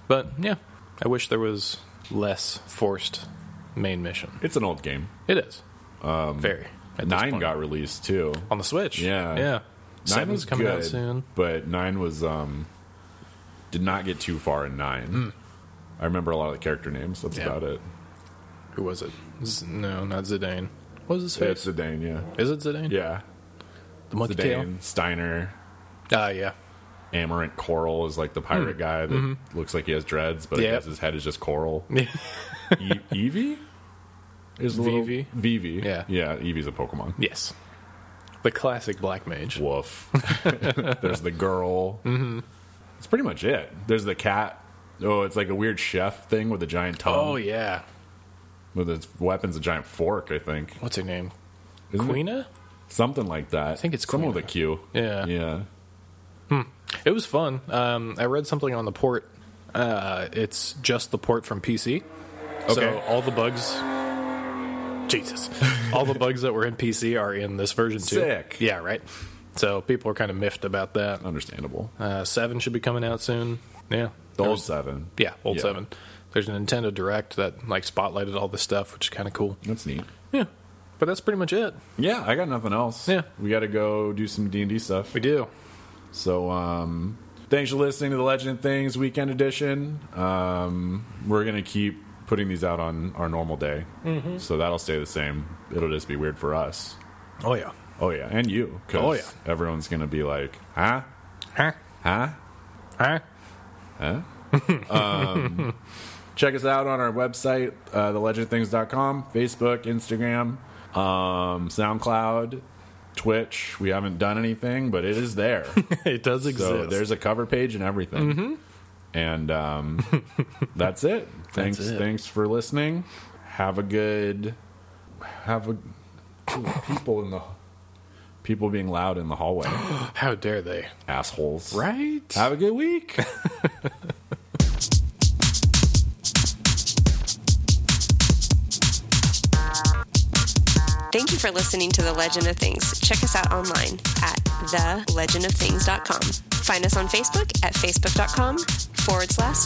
Speaker 2: But yeah, I wish there was less forced main mission.
Speaker 1: It's an old game.
Speaker 2: It is um, very at this
Speaker 1: Nine
Speaker 2: point.
Speaker 1: got released too. Nine
Speaker 2: on the Switch.
Speaker 1: Yeah.
Speaker 2: yeah.
Speaker 1: was
Speaker 2: Seven's coming
Speaker 1: good,
Speaker 2: out soon.
Speaker 1: but nine was um did not get too far in nine. I remember a lot of the character names. That's
Speaker 2: Hmm. Yeah.
Speaker 1: about it.
Speaker 2: Who was it? Z- no, not Zidane. What was his
Speaker 1: It's
Speaker 2: face?
Speaker 1: Zidane. Yeah.
Speaker 2: is it Zidane?
Speaker 1: Yeah.
Speaker 2: the monkey tail.
Speaker 1: Zidane, Steiner,
Speaker 2: Ah, yeah.
Speaker 1: Amarant Coral is
Speaker 2: Hmm.
Speaker 1: like the pirate guy that
Speaker 2: Mm-hmm.
Speaker 1: looks like he has dreads, but I
Speaker 2: Yep.
Speaker 1: guess his head is just coral. E- Eevee? Is the little-
Speaker 2: Vivi?
Speaker 1: Vivi.
Speaker 2: Yeah.
Speaker 1: Yeah, Eevee's a Pokemon.
Speaker 2: yes, the classic black mage.
Speaker 1: Woof. There's the girl. Mm-hmm. That's pretty much it. There's the cat. Oh, it's like a weird chef thing with a giant tongue.
Speaker 2: Oh yeah,
Speaker 1: With its weapons, a giant fork, I think.
Speaker 2: what's her name?
Speaker 1: Isn't it?
Speaker 2: Queena.
Speaker 1: Something like that. I
Speaker 2: think it's
Speaker 1: Someone with a
Speaker 2: Queena.
Speaker 1: Q.
Speaker 2: Yeah.
Speaker 1: Yeah.
Speaker 2: It was fun. Um, I read something on the port. Uh, it's just the port from PC. So
Speaker 1: Okay.
Speaker 2: all the bugs. Jesus. all the bugs that were in PC are in this version too.
Speaker 1: Sick.
Speaker 2: Yeah, right. So people are kind of miffed about that.
Speaker 1: Understandable.
Speaker 2: Uh, seven should be coming out soon. Yeah.
Speaker 1: The old seven.
Speaker 2: Yeah, old
Speaker 1: Yeah.
Speaker 2: seven. There's a Nintendo Direct that like spotlighted all this stuff, which is kind of cool.
Speaker 1: That's neat.
Speaker 2: Yeah, but that's pretty much it.
Speaker 1: Yeah, I got nothing else.
Speaker 2: Yeah.
Speaker 1: We got to go do some D&D stuff.
Speaker 2: We do.
Speaker 1: So, um, thanks for listening to the Legend of Things Weekend Edition. Um, we're gonna keep putting these out on our normal day,
Speaker 2: Mm-hmm.
Speaker 1: so that'll stay the same. It'll just be weird for us.
Speaker 2: Oh yeah.
Speaker 1: Oh yeah, and you. 'cause
Speaker 2: Oh, yeah.
Speaker 1: everyone's gonna be like, huh,
Speaker 2: Huh?
Speaker 1: huh.
Speaker 2: Huh?
Speaker 1: Check us out on our website, uh, thelegendofthings.com, Facebook, Instagram, um, SoundCloud, Twitch. We haven't done anything, but it is there.
Speaker 2: it does exist. Mm-hmm.
Speaker 1: So there's a cover page and everything. And um, that's it. Thanks,
Speaker 2: it.
Speaker 1: thanks for listening. Have a good. Have a Ooh, people in the people being loud in the hallway.
Speaker 2: How dare they?
Speaker 1: Assholes.
Speaker 2: Right?
Speaker 1: Have a good week.
Speaker 3: Thank you for listening to The Legend of Things. Check us out online at thelegendofthings.com. Find us on Facebook at facebook.com forward slash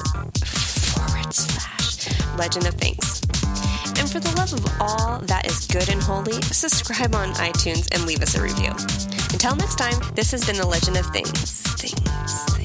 Speaker 3: forward slash legend of things. And for the love of all that is good and holy, subscribe on iTunes and leave us a review. Until next time, this has been The Legend of Things. Things. things.